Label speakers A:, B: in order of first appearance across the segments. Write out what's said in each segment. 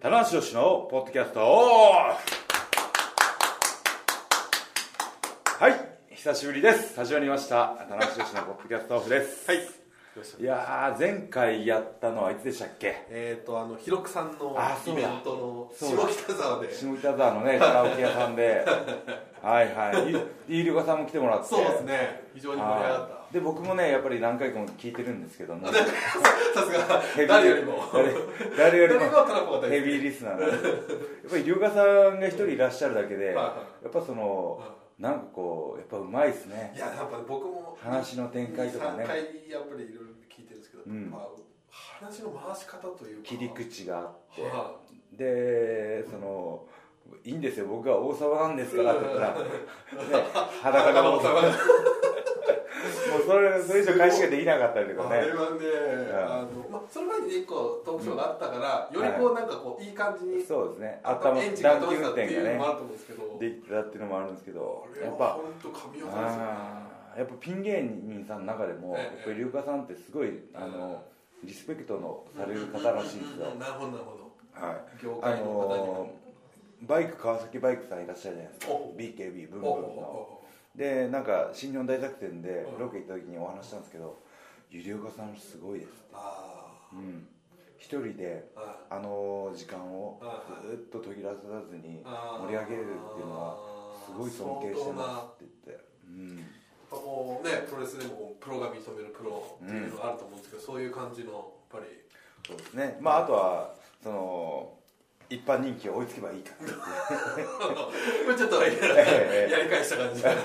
A: 男子女子のポッドキャストはい久しぶりですスタジオにいました男子女子のポッドキャストオフです
B: はい。
A: いやー前回やったのはいつでしたっけ
B: えっ、とあのひろくさんの
A: あそ
B: イ
A: うだ
B: ベントの
A: そうだ
B: 下北沢で。
A: 下北沢の ねカラオケ屋さんではいはいいいりょかさんも来てもらって
B: そうですね。非常に盛り上がっ
A: はいで僕もねやっぱり何回かも聞いてるんですけども
B: た。さすが 誰よりも。
A: 誰誰より
B: 誰
A: も
B: が絡むこと
A: ヘビーリスナーなんでやっぱり龍河さんが一人いらっしゃるだけで、
B: いは
A: やっぱそのなんかこうやっぱうまいですね
B: いややっぱり僕も
A: 話の展開とか
B: 3
A: ね
B: 回やっぱりいろいろ聞いてるんですけど、
A: うん
B: まあ話の回し方というか
A: 切り口があって、
B: は
A: でそのいいんですよ僕は王様なんですからって言ったら、 ね、裸の王様もうそれそれ以上返しができなかったりとか
B: あれ
A: ね
B: はね、あのまあ、その前にね一個トークショーがあったから、よりこうなんかこういい感じに
A: そうですね
B: あ
A: 頭
B: エンジンが
A: 暖
B: 通
A: 気
B: っ
A: 運
B: たって
A: 転
B: いう
A: が
B: の
A: ね
B: もあると思うんですけど、
A: できてたっていうのもあるんですけど
B: あれ
A: や
B: は
A: っぱ
B: 本当神業ですよね。
A: あーやっぱピン芸人さんの中でも、
B: ええ
A: やっぱり龍華さんってすごいあのリスペクトのされる方らしいんですよ、
B: うんうんうんなるほどなるほ
A: はい
B: ど。業
A: あ
B: 界の方にも
A: のーバイク川崎バイクさんいらっしゃるじゃないですか
B: お
A: BKB ブンブン
B: おお
A: の
B: お
A: でなんか新日本大作戦で
B: うん
A: ロケ行った時にお話したんですけど「ゆりおかさんすごいです」
B: あ
A: うん一人で
B: ーあ
A: あの時間を
B: はい
A: ずーっと途切らさずに
B: あー
A: 盛り上げれるっていうのはすごい尊敬してますって言ってうん
B: 相当なもうねプロレスでもプロが認めるプロっていうのがあると思うんですけど、そういう感じのやっぱり
A: そうですねまああとはその一般人気を追いつけばいいから
B: これちょっとや
A: ええ
B: やり返した感じが
A: ちっ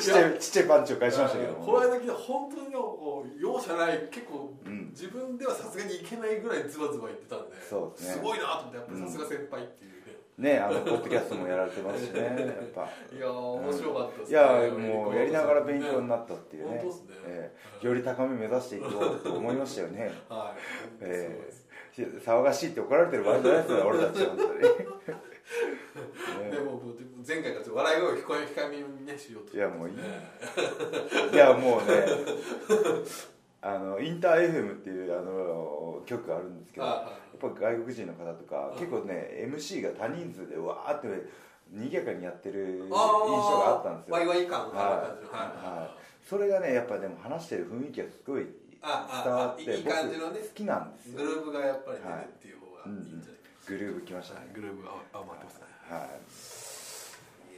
A: ちゃいちっちゃいパンチを返しましたけども
B: この間聞いた本当にこう容赦ない結構、
A: うん
B: 自分ではさすがにいけないぐらいズバズバ言ってたんで
A: そうですね
B: ごいなと思ってやっぱりさすが先輩っていうね、
A: ねあのポッドキャストもやられてますしねやっぱ
B: いやー面白かったで
A: い
B: すね、
A: やもうやりながら勉強になったっていうね
B: 本当っすね
A: ええより高み目指していこうと思いましたよね
B: はい、
A: え
B: そうです
A: え騒がしいって怒られてる場合じゃないですよ俺たち本当に
B: でももう前回からちょっと笑い声を控え控えめにねしようと
A: いやもういい
B: ね
A: いやもうねあのインター FM っていうあの曲があるんですけど
B: あ
A: や
B: はい
A: っぱ外国人の方とか結構ね MC が多人数でわーって賑やかにやってる印象があったんですよ
B: ワイワイ感のある感じの
A: はい、それがねやっぱでも話してる雰囲気がすごい伝
B: あ
A: わっ
B: あ
A: て
B: あいい感じのね
A: 僕好きなんです
B: グ
A: よ
B: ルーブがやっぱり出るっていう方がいいんじゃないか
A: グルーブ来ました
B: な、
A: ね
B: グルーブが余ってますね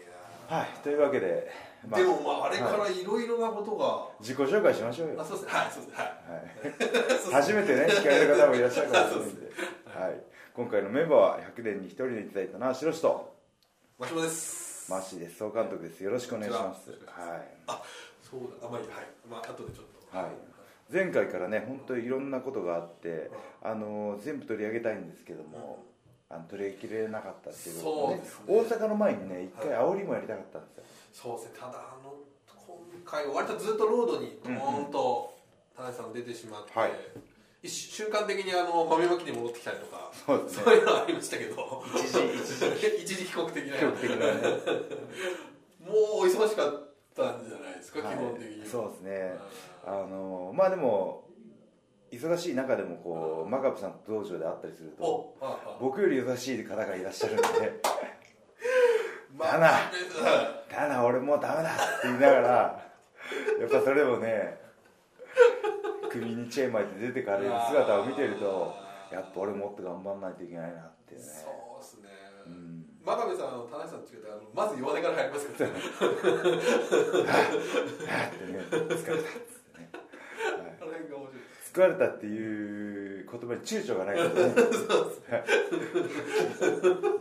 A: はい、
B: い
A: はい、というわけで、まあ
B: やーでもまああれからいろいろなことが
A: 自己紹介しましょうよ、
B: あ
A: は
B: そうですねはいそうですねは
A: い、
B: い
A: 初めてね聞かれる方もいらっしゃるかもしれないんで、はい、今回のメンバーは100年に1人でいただいたのは白石と
B: マシモです
A: マーシーです総監督ですよろしくお願いします
B: こんにちは
A: は
B: あそうだあまあいいやはいまあ後でちょっと
A: はいい前回からね本当にいろんなことがあってあの全部取り上げたいんですけども、あの取り上げきれなかったっていうこと
B: そうですね
A: 大阪の前にね一回煽りもやりたかったんですよ、
B: そうですねただあの今回は割とずっとロードにドーンと田中さん出てしまって、
A: はい
B: 一瞬間的にあの豆まきに戻ってきたりとか
A: そうですね
B: いうのはありましたけど一時 一時帰国的な
A: 記憶 的なね
B: もう忙しかったんじゃないですか、
A: はい
B: 基本的に
A: そうですねあ
B: あ
A: のまあでも忙しい中でもこうマカブさんと道場で会ったりする
B: ー
A: と
B: おああ
A: 僕より忙しい方がいらっしゃるんで「
B: ま
A: ダ
B: あ
A: ナダナ俺もうダメだ」って言いながらやっぱそれでもね首にチェーン巻いて出てかれる姿を見てると
B: あー
A: やっぱ俺もっと頑張んないといけないなっていうね
B: そうですね、
A: ん
B: 真壁さん田中さんと違ってあのまず弱音から入りますからね
A: ってね疲れたっつってね
B: あの辺が面白い
A: 疲れたっていう言葉に躊躇がないからね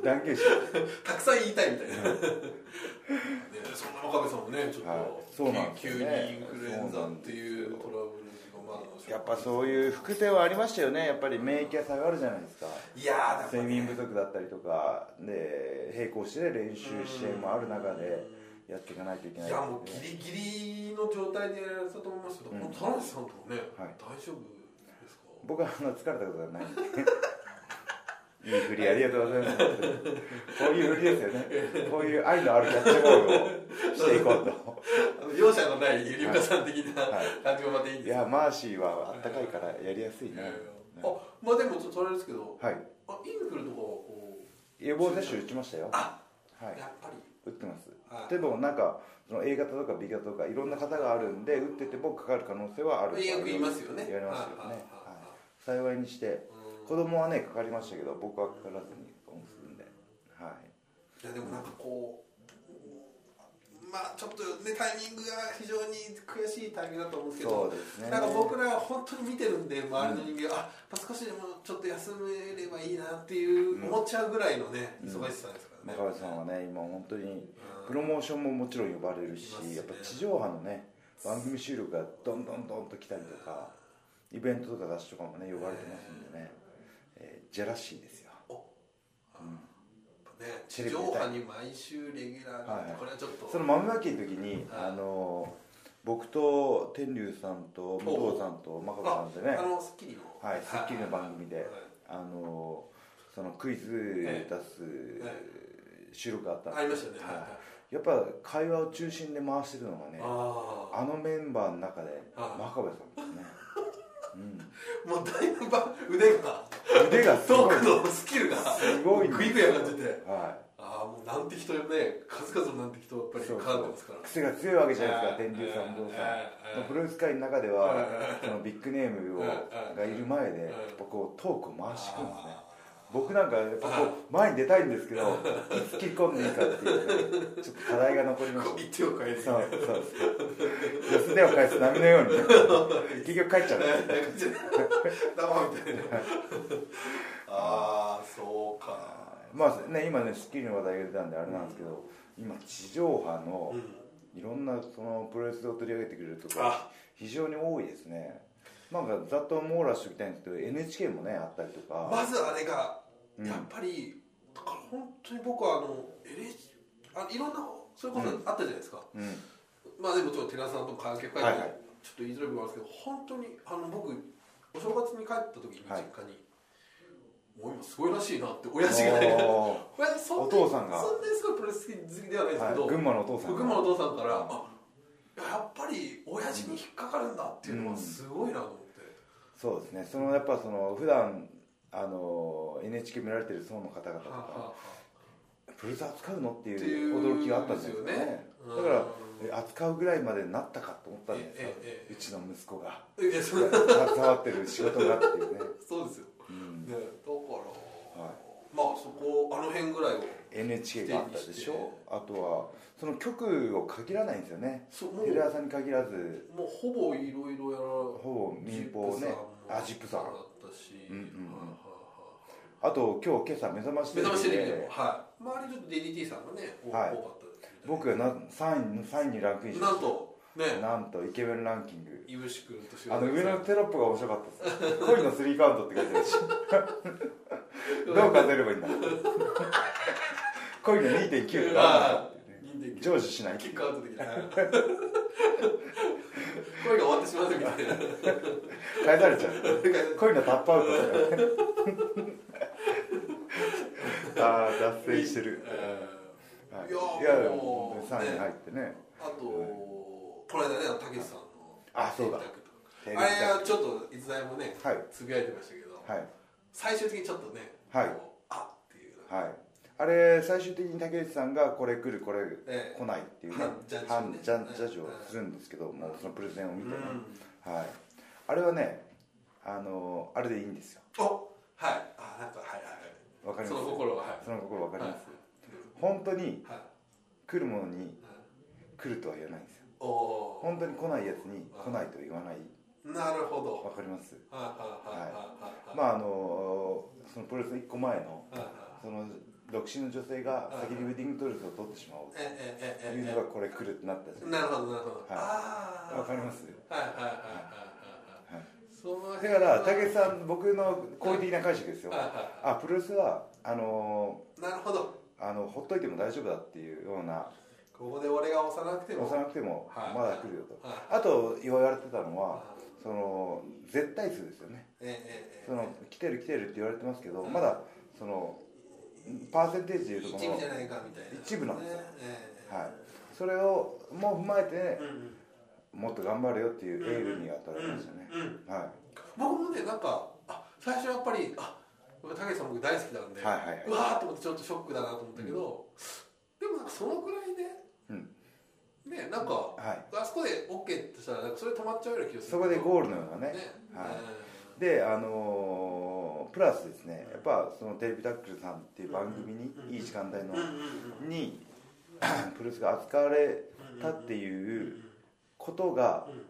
A: 断言しよう
B: たくさん言いたいみたいな、 ね、そんな真壁さんもねちょっと、
A: はいそうなんです
B: 急
A: よ
B: に
A: ね
B: インフルエンザっていうトラブルとかもあるので
A: やっぱそういう副手はありましたよねやっぱり免疫が下がるじゃないですか
B: いやーだから
A: 睡眠不足だったりとかで並行してね練習支援もある中でやっていかないといけない
B: いやもうギリギリの状態でやられたと思いますけど、
A: うん
B: もう田中さんともね、
A: はい
B: 大丈夫ですか
A: 僕はあの疲れたことがないんでいい振りありがとうございますこういう振りですよねこういう愛のあるキャッチボールをしていこうと
B: あの容赦のないゆりおかさん的な
A: はい
B: 感じがまたいいん
A: い
B: ですよ、
A: やマーシーはあったかいからやりやすい
B: い
A: ね
B: やいや
A: ね
B: あまあでもちょっとそれですけど
A: はい
B: あインフルとかはこ
A: 予防接種打ちましたよ
B: うあ、
A: はい
B: やっぱり
A: 打ってます
B: はい
A: でもなんかその A 型とか B 型とかいろんな方があるんで打っててもかかる可能性はある
B: よく言いますよね
A: やりますよね、
B: はいはいはい
A: はい、幸いにして
B: うん
A: 子供はねかかりましたけど僕はかからずにおむするんで、はい
B: やでもなんかこうまあちょっとねタイミングが非常に悔しいタイミングだと思うんで
A: い、
B: すけど
A: そうですね
B: なんか僕らは本当に見てるんで周りの人間は、あやっぱ少しでもちょっと休めればいいなっていう思っちゃうぐらいのね、
A: うん
B: 忙しさですからね、
A: 中林さんはね今本当にプロ
B: うん
A: モーションももちろん呼ばれるし
B: います、ね
A: やっぱ地上波のね番組収録がどんどんどんと来たりとかイベントとか雑誌とかもね呼ばれてますんでね、えージェラシーですよ
B: ね
A: テ
B: 地
A: レビ
B: 上
A: 見たい
B: 波に毎週レギュラーなんて、
A: はい
B: これはちょっと
A: その豆まきの時に、
B: はい
A: あの僕と天竜さんと武藤さんと真壁さんでね
B: ああの『スッキリ』の
A: 「はい、スッキリ」の番組
B: は
A: で
B: い、
A: あのそのクイズ出
B: はい
A: す収録があったん
B: あり
A: で
B: ますしたよね、はいはい
A: やっぱ会話を中心で回してるのがね
B: あ
A: あのメンバーの中で
B: はい
A: 真壁さんですね、
B: あもうだいぶば腕が
A: うん、腕がす
B: ト
A: ごい
B: ークのスキルが
A: すごいん
B: グ
A: で
B: イ
A: す
B: グイ上がってて
A: は
B: ああもう難敵とね数々の難敵とやっぱり
A: そう
B: 絡んでますから
A: い、癖が強いわけじゃないですか
B: はい
A: 天竜さん武藤さん
B: はいはい
A: プロレス界の中で
B: はい
A: は
B: はい
A: そのビッグネームを
B: はい
A: がいる前で
B: は
A: や
B: い
A: っぱこうトークを回していくんですね
B: あ
A: 僕なんかやっぱこう前に出たいんですけど突き込んでいいかっていうねちょっと課題が残りま
B: ー
A: し
B: こう一手を変え
A: た
B: て
A: そうそうそう安手を返す波のよう にね結局帰っちゃう
B: ねなんかちょっと 生みたいなああそうか
A: まあね今ね『スッキリ』の話題が出たんであれなんですけど今地上波の
B: うん
A: いろんなそのプロレスを取り上げてくれるとか
B: あ
A: 非常に多いですねなんかざっと網羅しておきたいんですけど NHK もねあったりとか
B: まずあれが
A: うん
B: やっぱりだから本当に僕はあの LH あいろんなそれこそあったじゃないですか
A: うん
B: まあでもちょっと寺さんとも関係深いんで、
A: はいはい
B: ちょっと言いづらい部分あるんですけど本当にあの僕お正月に帰った時に実
A: はい
B: 家に、もう今すごいらしいなって親父がね
A: おー
B: 親父そんな
A: お父さんが
B: そんなにすごいプロレス好きではないですけど、
A: はい、群馬のお父さん
B: 群馬のお父さんからあやっぱり親父に引っかかるんだっていうのはすごいなと思って、
A: そうですねそのやっぱその普段あの NHK 見られてる層の方々と
B: はあはあ
A: か
B: は
A: プルーズ扱うのって
B: って
A: い
B: いうう
A: 驚きがあったんですよね
B: ですよね
A: だから
B: うん
A: え扱うぐらいまでなったかと思ったんですよ
B: ええええ
A: うちの息子が
B: あいや そ
A: 携
B: う
A: わってる仕事がっていうね、
B: そうですよ、
A: うん
B: ね、だから、
A: は
B: まあそこあの辺ぐらいを
A: NHK があったでし
B: 指定に
A: ょ
B: して
A: あとはその局を限らないんですよね
B: そうも
A: テレ
B: う
A: 朝に限らず
B: もうほぼいろいろやら
A: ほぼ民放ねあジップさん
B: だったし、
A: うんうんうん
B: はいはい
A: あと今日今朝目覚ましテレ
B: はい目覚ましテ
A: ビ
B: レビでも
A: で
B: はい周りちょっと DDT さんがね、多
A: はい
B: 多かったですけど
A: 僕がな3位3位にランクインしま
B: な
A: し
B: んとね
A: たなんとイケメンランキング
B: いぶし君とし
A: あの上のテロップが面白かったです恋のスリーカウントって書いてるしどう数えればいいんだ恋の2.9とか
B: あ人間
A: 成就しない
B: キックアウトできない声が終わってしまうみ たいな
A: 返されちゃう恋のタップアウトとか ああ脱線してる、はい、い
B: い
A: や
B: や
A: で
B: ー
A: も
B: もう
A: 3位に入ってね
B: あとこの間ねたけしさんの
A: あそうだ
B: あれはちょっと逸材もね
A: はい
B: つぶやいてましたけど、
A: はい
B: 最終的にちょっとね、
A: はい
B: こうあっていう、
A: はいあれ最終的に竹内さんがこれ来るこれ
B: ええ
A: 来ないっていうね
B: 判ジャッジをね
A: 判ジャジャッジをするんですけどもうそのプレゼンを見てね
B: うん
A: はいあれはねあのあれでいいんですよ
B: おはいあなんかはいは
A: わか
B: い
A: り
B: そ
A: ま
B: の
A: す
B: 心ははい
A: その心わかり
B: はい
A: ます本当に
B: はい
A: 来るものに来るとは言わないんですよ
B: おお
A: 本当に来ないやつに来ないとは言わない
B: ーなるほど
A: わかります
B: はいはいはいはいはい
A: まああのそのプロレス1個前の
B: はいはい
A: その独身の女性が先にウェディングドレスを取ってしまおう
B: え
A: と
B: ええ
A: いう
B: え
A: のがこれ来るってなったじゃ
B: えなるほどなるほど、
A: い
B: ああ
A: わかります
B: はいはいはいはいはい
A: はい
B: その
A: だ
B: 辺
A: から
B: は
A: 武さん僕の好意的な解釈ですよ
B: はいはい
A: あプロレスはあの
B: なるほど
A: あのほっといても大丈夫だっていうような
B: ここで俺が幼くても
A: 押さなくても
B: はい
A: まだ来るよと
B: はい
A: あと言われてたのは
B: はい
A: その絶対数ですよね
B: ええええええ
A: その来てる来てるって言われてますけどまだそのパーセンテージでいうとこ
B: 一部じゃ
A: の
B: ないかみたいな
A: 一部なんですよ
B: ねええ
A: はいそれをもう踏まえてね
B: うんうん
A: もっと頑張れよっていうエールには取られましたね
B: うんうん
A: はい
B: 僕もねなんかあ最初やっぱりあ僕武井さん僕大好きなんで、
A: はいはいはいう
B: わーっと思ってちょっとショックだなと思ったけど、でもなんかそのくらいね、
A: うん
B: ねなんか、
A: はい
B: あそこで OK としたらなんかそれ止まっちゃうような気がする
A: そこで
B: ー
A: ゴールのようなね
B: ね
A: はい
B: うん
A: であのープラスですねやっぱそのテレビタックルさんっていう番組に
B: うん
A: いい時間帯の
B: うんうんうん
A: に プロレスが扱われたって
B: うん
A: いう
B: うん
A: ことが
B: うん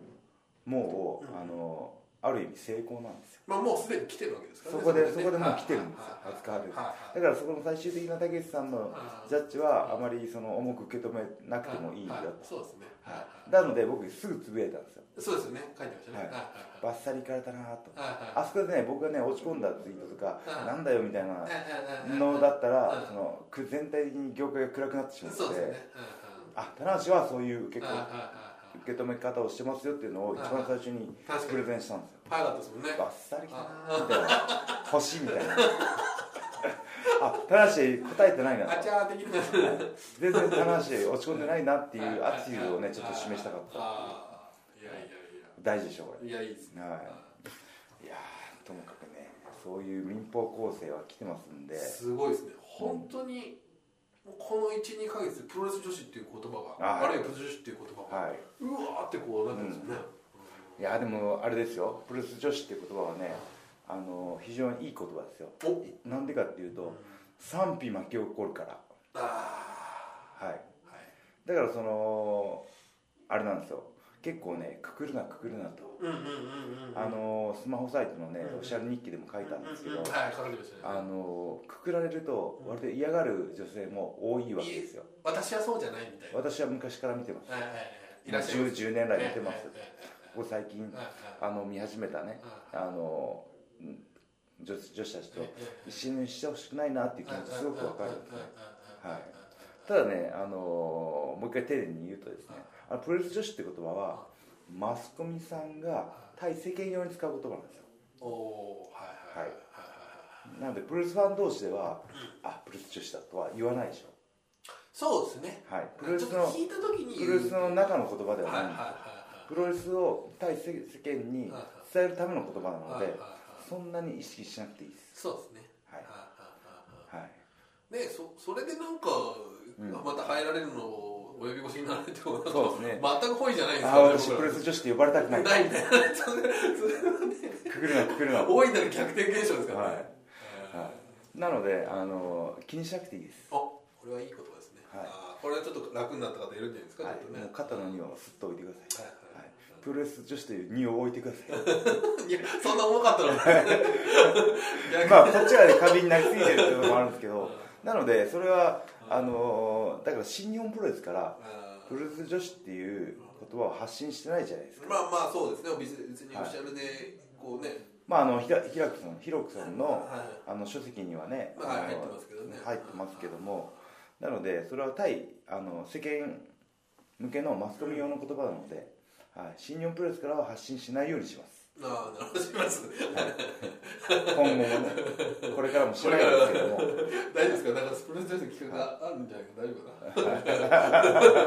A: も
B: う
A: うんあのーある意味成功なんですよ
B: まあもうすでに来てるわけですから
A: そ
B: ね
A: こでそ
B: ね
A: こでもう来てるんですよ
B: はいはいはい
A: 扱われる
B: はい
A: だからそこの最終的な竹内さんの
B: はい
A: ジャッジはあまりその重く受け止めなくてもいいんだ
B: は
A: と
B: そうですねはいはい
A: なので僕すぐつぶやいたんですよ
B: そうですよね書いてましたね
A: は
B: はいいはい
A: バッサリいかれたなと
B: はい
A: あそこでね僕がね落ち込んだツイートとか
B: うん
A: なんだよみたいな
B: はいはい
A: のだった
B: う
A: らそ
B: ん
A: のく全体的に業界が暗くなってしまっ
B: そうです
A: て
B: ねうん
A: あ棚橋はそういう受け
B: うんはいはい
A: 受
B: はい
A: け止め方をしてますよっていうのを一番最初に
B: 確か
A: プ
B: に
A: レゼンしたんですよ
B: 早かったですもんね
A: バッサリきたなみたいな星みたいな あ棚橋答えてないな
B: あちゃー的な
A: 全然棚橋落ち込んでないなっていうアティチュードをね
B: はい
A: ちょっ
B: はい
A: と示したかった
B: あーいやい
A: 大事でしょこれ
B: やいやいやいいですね
A: はいいやーともかくねそういう民放構成は来てますんで
B: ですごいですね本当にもうこの12か月でプロレス女子っていう言葉
A: あ
B: が
A: ー
B: あるいはプロ女子っていう言葉が
A: は
B: うわーってこうなってますよね
A: いいやーでもあれですよプロレス女子って言葉はねあのー非常にいい言葉ですよ
B: お
A: なんでかっていうと賛否巻き起こるから
B: あ
A: はい
B: ーはい
A: だからそのあれなんですよ結構ねくくるなくくるなと
B: うんうんうんうん
A: あのースマホサイトのね
B: うん
A: オフィシャル日記でも書いたんですけ
B: う
A: ど
B: ううんはい書かれてましたね
A: あのーくくられると割と嫌がる女性も多いわけですよ
B: 私はそうじゃないみたいな
A: 私は昔から見てます
B: はいはいはいいらっしゃいま
A: 10,
B: す
A: 10年来見てます
B: はい
A: ここ最近
B: はいはい
A: あの見始めたね
B: はい
A: あのうん女女子たちと
B: はい
A: 一緒にしてほしくないなっていう気
B: はい
A: 持ちすごくわかるんですね
B: はいはいはいはいはい
A: ただねあのもう一回丁寧に言うとですね
B: はい
A: あのプロレス女子って言葉はマスコミさんが対世間用に使う言葉なんですよ
B: おおはいはいはいはいはい
A: なのでプロレスファン同士ではあプロレス女子だとは言わないでしょ
B: そうですね
A: はい
B: ち
A: プ
B: ょ
A: ロ
B: っ
A: レス
B: と
A: の
B: 聞いた時に
A: プロレスの中の言葉では
B: はいは
A: ない
B: い
A: ん
B: はい
A: ですよ
B: はい
A: プロレスを対世世間に伝えるための言葉なの
B: はい
A: で
B: はいはい
A: そんなに意識しなくていいです
B: そうですね
A: はい
B: はいはいはい
A: はい
B: ねそそれでなんか、
A: うん
B: また入られるのをお呼び越しになられてもなんか
A: そうですね
B: 全く本意じゃないです
A: あ私プ
B: 僕
A: ロ
B: ら
A: レス女子って呼ばれたくない
B: ないみたいなそれそれはね
A: くくるなくくるな
B: 大いなる逆転現象ですからね、
A: はいはい、なのであの気にしなくていいです、
B: あこれはいいことですね、
A: はい
B: あーこれはちょっと楽になった方いるんじゃないですか、
A: はい
B: ちょっとね
A: もう肩の荷をすっと置いてください、
B: はい
A: は
B: はいい
A: プロレス女子という荷を置い てくださ
B: いやそんな重かったの
A: い
B: 逆
A: まあこっちがね過敏になりすぎてるっていうのもあるんですけどなのでそれはあのだから新日本プロレスから
B: あー
A: プロレス女子っていう言葉を発信してないじゃないですか
B: まあまあそうですね別に別にオフィシャルでこうね、
A: まああのひらひらくさんひろくさんの
B: はい
A: あの書籍にはね、
B: まあ
A: あの
B: 入ってますけどね
A: 入ってますけどもなのでそれは対あの世間向けのマスコミ用の言葉なので、はい、新日本プロレスからは発信しないようにします
B: ああなるほどします
A: 今後もねこれからもしないですけども
B: 大丈夫ですかだからスプレス女子の企画があるんじゃないか大丈夫かなちょっとよ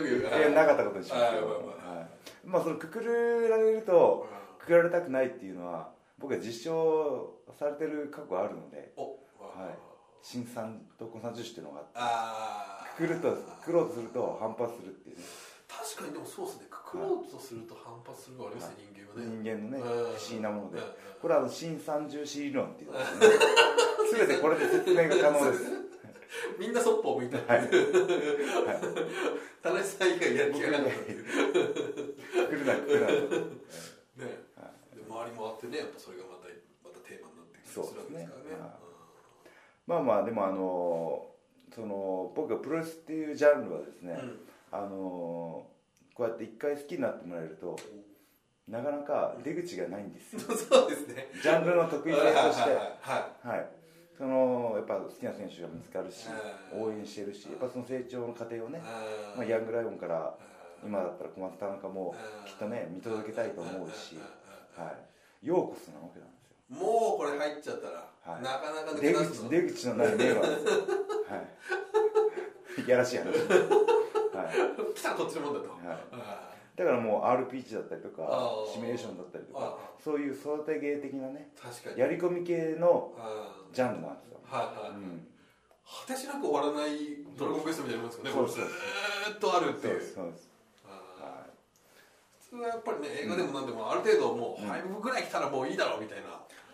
B: く言うから
A: いやなかったことにしますけど
B: はい
A: はいまあそのくくるられるとくくられたくないっていうのは僕は実証されてる過去があるので
B: お
A: はい新参と婚産女子っていうのがあって
B: あー
A: くくるとくろうとすると反発するっていうね
B: 確かにでもそうですねくくろうとすると反発するがありますね人間
A: 人間のね
B: はねうん
A: 不思議なもので
B: うん
A: これはあの新三重視理論って いうのですね全てこれで説明が可能です
B: みんなそっぽを向いた
A: はい
B: 田中さん以外やる気がなかったっていうね
A: 来るな来るな
B: で周りもあってねやっぱそれがまたまたテーマになってきたりするわけですから
A: そう
B: ね
A: ですねまあまあでもあのーその僕がプロレスっていうジャンルはですね、
B: うん
A: あのーこうやって一回好きになってもらえるとなかなか出口がないんですよ
B: うんそうですね
A: ジャンルの得意性として
B: はいは
A: はいそのやっぱ好きな選手が見つかるし
B: うん
A: 応援してるしやっぱその成長の過程を
B: い
A: ね、
B: はい
A: まあ、ヤングライオンから
B: うん
A: 今だったら小松田中もきっとね見届けたいと思うし
B: んんんうん
A: はいようこそなわけなんですよ
B: もうこれ入っちゃったら、
A: はい
B: なかなか抜け
A: 出
B: 出す
A: 口
B: の
A: 出口のない迷 惑ですよはいいやらしい話はい
B: 来たこっちのもんだと、
A: はい
B: あ
A: だだからもう RPG だったりとか
B: あー
A: シミュレーションだったりとか
B: あ
A: そういう育て芸的なね
B: 確かに
A: やり込み系の
B: うんは
A: ジャンルなんですよ、
B: いは
A: う
B: い、
A: ん、
B: 果てしなく終わらないドラゴンクエストみたいなもんですよね
A: そうそう
B: こずーっとあるって
A: そう
B: いう
A: ですそうです、
B: あ
A: は
B: ー普通はやっぱりね映画でもなんでもある程度もう
A: うん
B: 5部ぐらい来たらもういいだろうみたい
A: い、
B: な、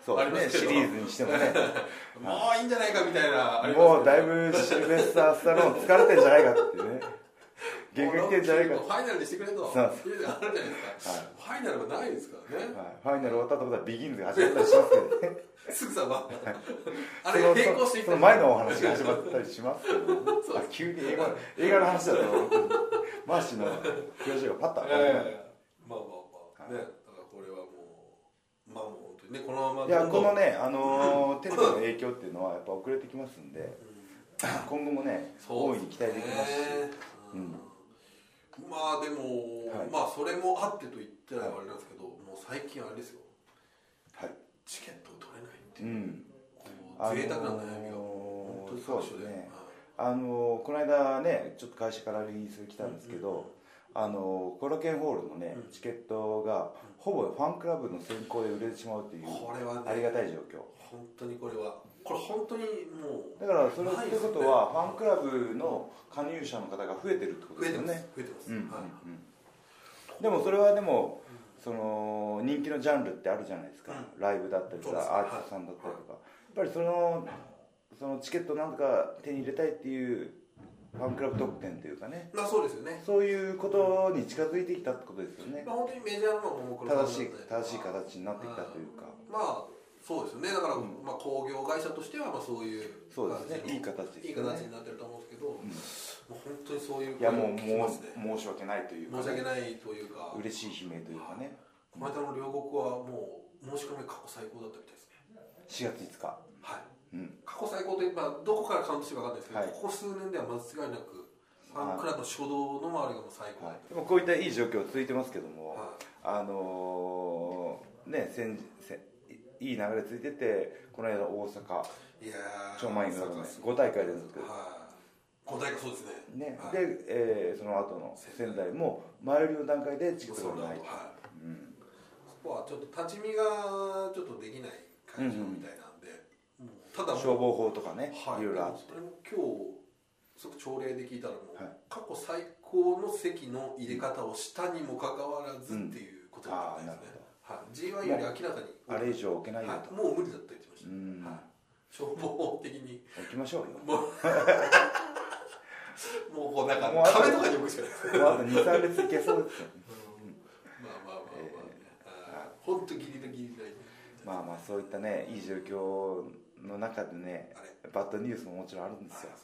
A: そ
B: あ
A: う
B: りま
A: ね
B: す
A: シ
B: けど
A: リーズにしてもね
B: もういいんじゃないかみたい なありますけど
A: もうだいぶシルベスター・スタローン疲れてんじゃないかってい うね限界来てんじゃないか
B: もうファイナルにしてくれと
A: そう
B: いうのがあるじゃないですか、
A: はい
B: ファイナルはないですからね、
A: はい、ファイナル終わったと思ったらビギンズが始まったりしますけどね
B: すぐさまあ
A: そ
B: れ
A: の
B: 並行してい
A: その前のお話が始まったりしますけど、ね、あ急に映画映画の話だと本当にマーシーの表情がパッと
B: え
A: 明るくなる
B: えまあまあまあね
A: はい
B: だからこれはもうまあもう本当にねこのまま
A: いや
B: どん
A: こ
B: どん
A: のね、あのーテレビの影響っていうのはやっぱ遅れてきますんで
B: うん
A: 今後もね
B: そう
A: 大いに期待できますし、
B: ね
A: うん
B: まあでも、
A: はい
B: まあそれもあってと言ったらあれなんですけど、もう最近あれですよ
A: はい
B: チケットを取れないって
A: う
B: いうんこう贅沢な悩みが本当に
A: そう
B: 最
A: です
B: 初で
A: ねあのーこの間ねちょっと会社からリリース来たんですけど、あのーコロケンホールのね、
B: うん
A: チケットがほぼファンクラブの先行で売れてしまうという
B: これはね
A: ありがたい状況
B: 本当にこれはこれ本当にもう
A: だからそれ
B: ない
A: っ
B: で
A: て
B: すね
A: ことはファンクラブの加入者の方が増えてるってこと
B: 増
A: です
B: えて
A: よ
B: ます、
A: ね
B: 増えてます、
A: うんうん
B: はい、
A: うんでもそれはでもその人気のジャンルってあるじゃないですか、ライブだったりと
B: そう
A: か
B: です
A: アーティストさんだったりとか、やっぱりそのそのチケットなんとか手に入れたいっていうファンクラブ特典というかね
B: まあそうですよね
A: そういうことに近づいてきたってことですよね
B: まあ、本当にメジャーなのももうこれ
A: 正しい
B: だったり
A: 正しい形になってきたというか
B: まあそうですよねだから、
A: うん
B: まあ、工業会社としてはまあそういう
A: そうですねいい
B: 感
A: 形で
B: じ
A: す
B: の
A: ね
B: いい形になってると思うんですけど、もう本当にそういう
A: いやもう
B: 声
A: も
B: 聞きますね
A: う申し訳ないというか、
B: 申し訳ないというか
A: 嬉しい悲鳴というかね
B: この間の両国はもう申し込み過去最高だったみたいですね
A: 4月5日
B: はい
A: うん
B: 過去最高というまあどこからカウントしてるかわかんないですけど、
A: はい
B: ここ数年では間違いなくファンクラブの初動の周りがもう最高だっ
A: でもこういったいい状況続いてますけど
B: た、
A: も、
B: はい
A: あのーね先先いい流れ続いててこの間大阪
B: い、やー
A: 超満員の中
B: は
A: ね
B: い
A: 5大会連続
B: 5大会そうですね
A: ね、
B: はい
A: で、えーその後の仙台も前売りの段階でチケットがない
B: はい、
A: うん
B: そこはちょっと立ち見がちょっとできない会場みたいなんで、もうただもう
A: 消防法とかね、、
B: はいい
A: ろいろあって
B: それも今日そこ朝礼で聞いたらもう、
A: はい
B: 過去最高の席の入れ方をしたにもかかわらずっていうことだったんですね、はい、G1 より明らかに
A: あれ以上置けないよ
B: はい、もう無理だった言ってまし
A: と、う
B: た、
A: ん
B: はい、消防法的に
A: 行きましょうよ
B: もうもうこうなんか
A: もうあと
B: 壁とかに置くしかないです
A: もうあと23列いけそうですよね
B: まあまあまあまあね、あー、本当ギリだギリだ
A: まあまあそういったねいい状況の中でね
B: あれ
A: バッドニュースももちろんあるんですよ
B: あ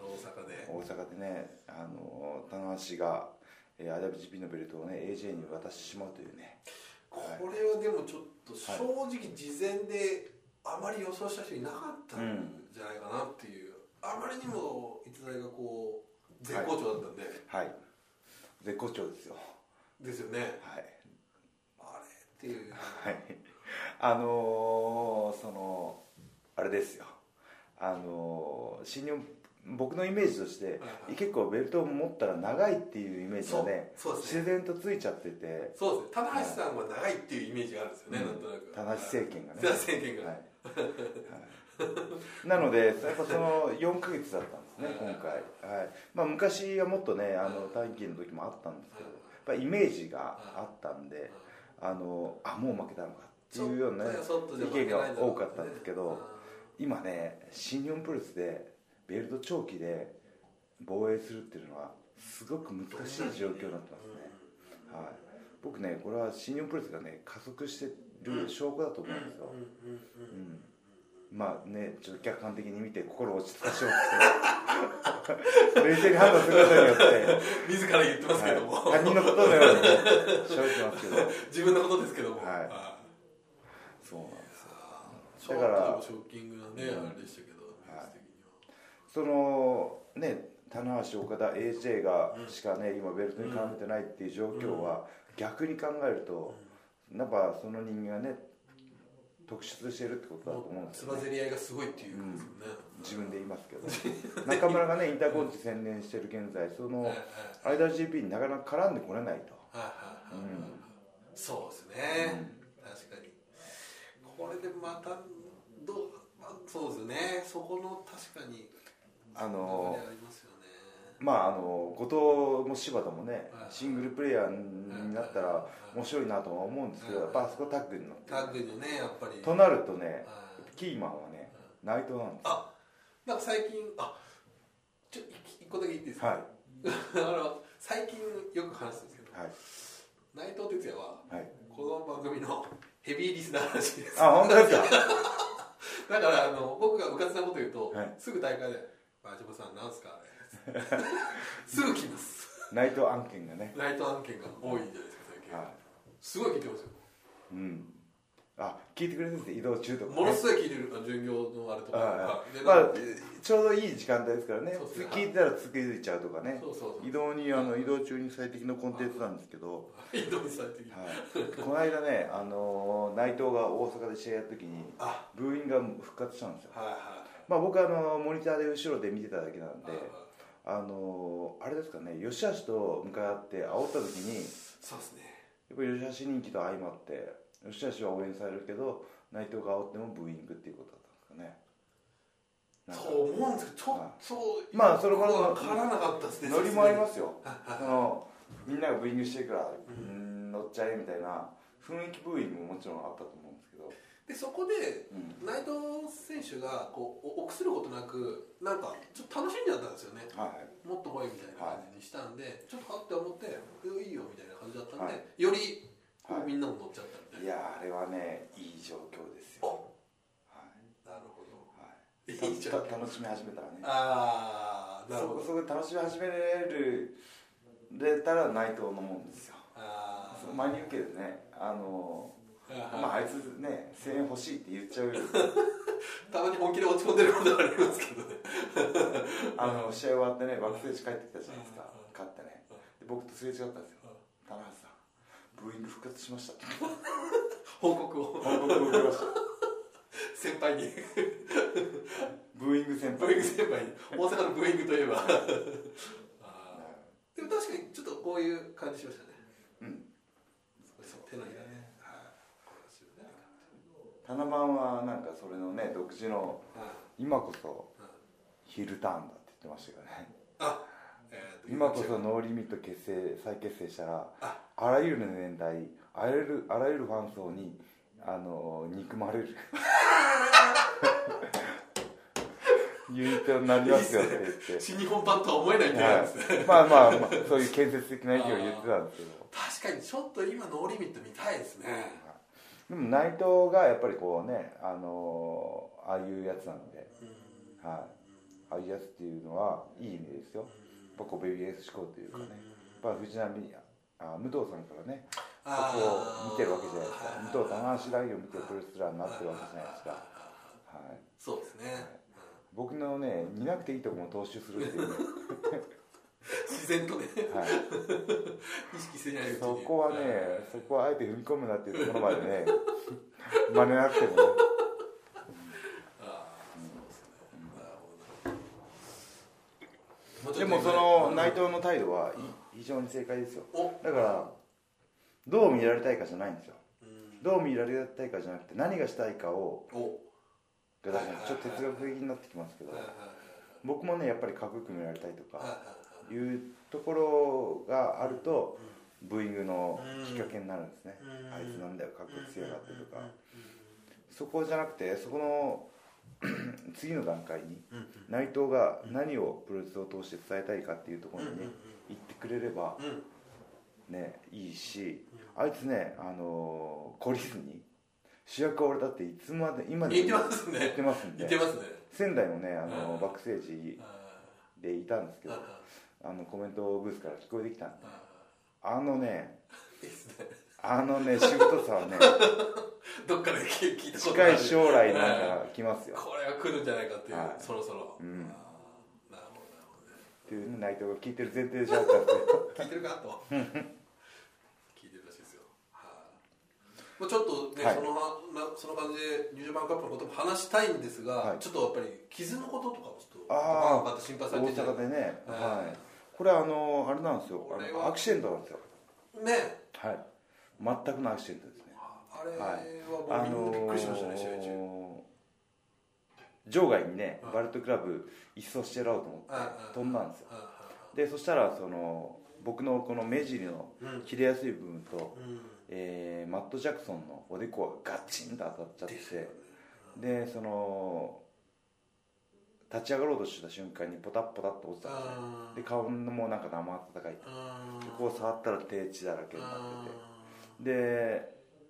B: そうですね大阪で
A: 大阪でね、あの棚橋が、えー、IWGP のベルトをね AJ に渡してしまうというね
B: これはでもちょっと正直事前であまり予想した人いなかったんじゃないかなっていう、あまりにも逸材がこう絶好調だったんで、
A: はい絶好調ですよ
B: ですよね
A: はい
B: あれっていう
A: はいあのー、そのあれですよあのー、新日本僕のイメージとして、
B: はいはい
A: 結構ベルトを持ったら長いっていうイメージがね
B: そうそうですね
A: 自然とついちゃってて
B: そうですね棚橋さんは長いっていうイメージがあるんですよね、なんとなく
A: 棚橋政権がね
B: 棚橋政権が、
A: はいはい、なので、やっぱその4ヶ月だったんですね、今回、はいまあ、昔はもっとね、あの短期の時もあったんですけど、やっぱイメージがあったんで、あのあもう負けたのかっていうようなね、
B: ちょっとじゃ負
A: 意見
B: けないんだ
A: が
B: ろう
A: 多かったんですけど、
B: う
A: 今ね、新日本プロレスで、ベルト長期で防衛するっていうのは、すごく難しい状況になってますね。はい僕ね、これは新日本プロレスがね、加速してる証拠だと思うんですよ。
B: んうんうん
A: まあね、ちょっと客観的に見て心を落ち着かせようと冷静に判断することによって、
B: 自ら言ってますけども、
A: はい他人のことのようにね喋ってますけど
B: 自分のことですけども、
A: はい
B: あ
A: そうなんですよだ
B: ー
A: から
B: ちょっとショッキングなね、
A: うん
B: あれでしたけど、
A: はい
B: ニュース的には
A: そのね棚橋岡田 AJ がしかね、今ベルトに絡めてないっていう状況は、逆に考えると、やっぱその人間がね特出してるってことだと思うんです
B: つ
A: よ
B: ば
A: ね
B: ぜり合いがすごいっていうことですよね、
A: う自分で言いますけど中村がねインターコンチ専念してる現在その IWGP になかなか絡んでこれないと
B: はいはいはいはいそうですね、確かにこれでまたどう、まあ、そうですねそこの確かに
A: あの
B: 流れありますよね
A: まああの後藤も柴田もね
B: はい
A: シングルプレイヤーになったら面白いなとは思うんですけどやっぱあそこタッグにな
B: タッ
A: って
B: グ
A: る
B: のねやっぱり
A: となるとね
B: はい
A: キーマンはね内藤なんです
B: あなんか最近あちょ一個だけ言っていいですか、
A: はい
B: あの最近よく話すんですけど
A: はい
B: 内藤哲也は
A: はい
B: この番組のヘビーリスナーらしいです
A: あ本当ですか
B: だからあの僕がうかつなこと言うと、
A: はい
B: すぐ大会で「真島さんなんすか?」あれ すぐ来ます
A: 内藤案件がね
B: 内藤案件が多いじゃないですか最近、
A: は
B: すごい聞いてますよ
A: いうんあ聞いてくれてるんです移動中とかね
B: ものすごい聞いてるあの巡業のあれとか
A: は
B: はいいで
A: ま
B: な
A: あ
B: んか、
A: ちょうどいい時間帯ですからね
B: そうですね
A: 聞いたらつけづいちゃうとかね
B: そうそうそう
A: 移動にあの移動中に最適のコンテンツなんですけど、
B: 移動にされてる
A: はい、この間ね、あのー内藤が大阪で試合やった時に
B: あ
A: ブーイングが復活したんですよ、
B: はいは
A: まあ、僕はあのーモニターで後ろで見てただけなん
B: い
A: で
B: はい
A: あのーあれですかね吉橋と向かって煽った時に
B: そうですね
A: やっぱり吉橋人気と相まって吉橋は応援されるけど内藤が煽ってもブーイングっていうことだったんですかねなんか
B: そう思うんですけどちょっと
A: まあそれから
B: 分からなかったですね
A: ノリもありますすよそのみんながブーイングしてるからうん乗っちゃえみたいな雰囲気ブーイングももちろんあったと思うんですけど、
B: でそこで
A: うん
B: 内藤選手がこうお臆することなくなんかちょっと楽しんじゃったんですよね
A: はい
B: もっと来いみたいな感じにしたんで、ちょっとはって思っていいよみたいな感じだったんで、
A: はい
B: よりこ
A: は
B: う
A: い
B: みんなも乗っちゃったみた
A: い
B: いな、
A: やあれはねいい状況ですよ
B: お
A: は
B: なるほ
A: い、
B: どいいじゃん
A: た楽しみ始めたらね
B: ああなる
A: そ
B: ほ
A: こ
B: ど
A: そこで楽しみ始めるれたら内藤のもんですよ
B: あ
A: そこ真に受けてねあの
B: ー
A: まああいつね声援欲しいって言っちゃうよ り
B: たまに本気で落ち込んでることありますけどね
A: あの試合終わってねバックステージ帰ってきたじゃないですか勝ってねで僕とすれ違ったんですよ田中さんブーイング復活しましたって
B: 報告を
A: 報告を受けました
B: 先輩に
A: ブーイング先
B: ブーイ
A: 輩
B: ング先輩に大阪のブーイングといえばあーでも確かにちょっとこういう感じしましたね
A: うん
B: 手のひらねはい
A: タナマンはなんかそれのね独自の今こそ
B: はい
A: ヒルターンだって言ってましたけどね
B: あ、えーと
A: 今こそノーリミット結成再結成したら
B: あ
A: あらゆる年代あらゆるあらゆるファン層にあの憎まれるユニットになりますよって言って
B: 新日本版とは思えないってやつですね、
A: はい、まあまあ、まあ、そういう建設的な意見を言ってたんですけど
B: 確かにちょっと今ノーリミット見たいですね
A: でも内藤がやっぱりこうねあのああいうやつなので、
B: うん
A: はい、ああいうやつっていうのはいい意味ですよやっぱこうベビーエース思考というかねやっぱ藤波あ武藤さんからねそ
B: あ
A: こ
B: ー
A: を見てるわけじゃないです
B: は
A: か
B: い
A: 武藤棚橋大を見てプロレスラーになってるわけじゃないですか、はい、
B: そうですね、
A: 僕のね似なくていいとこも踏襲するっていう ね、
B: 自然とね
A: はい、
B: 意識せないうちに
A: そこはねそこはあえて踏み込むなっていうところまでね真似なくてもね
B: あーそうですねなるほど
A: でもその
B: もうちょっとね
A: 内藤の態度はい非常に正解ですよ
B: お
A: だからどう見られたいかじゃないんですよ
B: うん
A: どう見られたいかじゃなくて何がしたいかを
B: お
A: がだからちょっと哲学的になってきますけど
B: はいはい
A: 僕もねやっぱりかっこよく見られたいと
B: はい
A: か
B: はいはい
A: いうところがあるとブーイングのきっかけになるんですね
B: うん
A: あいつなんだよかっこよく強がってとか
B: う
A: そこじゃなくてそこの 次の段階に
B: んうん
A: 内藤が何をプロレスを通して伝えたいかっていうところに
B: うん
A: ね言ってくれれば
B: うんうん
A: ねいいしあいつねあのー懲りずに主役は俺だっていつまで今でも
B: 言ってますね
A: 言ってますん
B: 言
A: で
B: ってますね
A: 仙台のねあの
B: うん
A: ーバックステージでいたんですけどあのコメントブースから聞こえてきたんであのね
B: いいですね
A: あのねしぶとさは ね
B: どっかで聞いたことあ
A: 近
B: る
A: い将来なんか来ますよ
B: これは来るんじゃないかっていう、
A: はい
B: そろそろ、
A: うん
B: あーなるほどなるほどね
A: っていうね内藤が聞いてる前提でしゃったんで
B: 聞いてるかと聞いてるらしいですよはい、まもうちょっとね、
A: はい
B: そのはなその感じでニュージャパンカップのことも話したいんですが、
A: はい
B: ちょっとやっぱり傷のこととかもちょっと
A: あー
B: バカバカって心 配され
A: 大
B: てて
A: 阪でね、
B: うん
A: はい、これあのあれなんですよ
B: これ
A: あ
B: は
A: のアクシデントなんですよ
B: ね
A: はい全くのアクシデントですね
B: あれは
A: はい
B: もうみんなびっくりしましたね、試合中
A: 場外にね
B: うん
A: バルトクラブ一掃してやろうと思
B: うん
A: って飛んだ
B: うん
A: んですよ
B: あ
A: でそしたらその僕のこの目尻の
B: うん
A: 切れやすい部分と、
B: う
A: えーマット・ジャクソンのおでこがガチンと当たっちゃっ
B: ん
A: て
B: ですよね
A: でその立ち上がろうとした瞬間にポタッポタッと落ちたんですね
B: あー
A: で顔もなんか生温かい
B: あー
A: こう触ったら低地だらけになっててで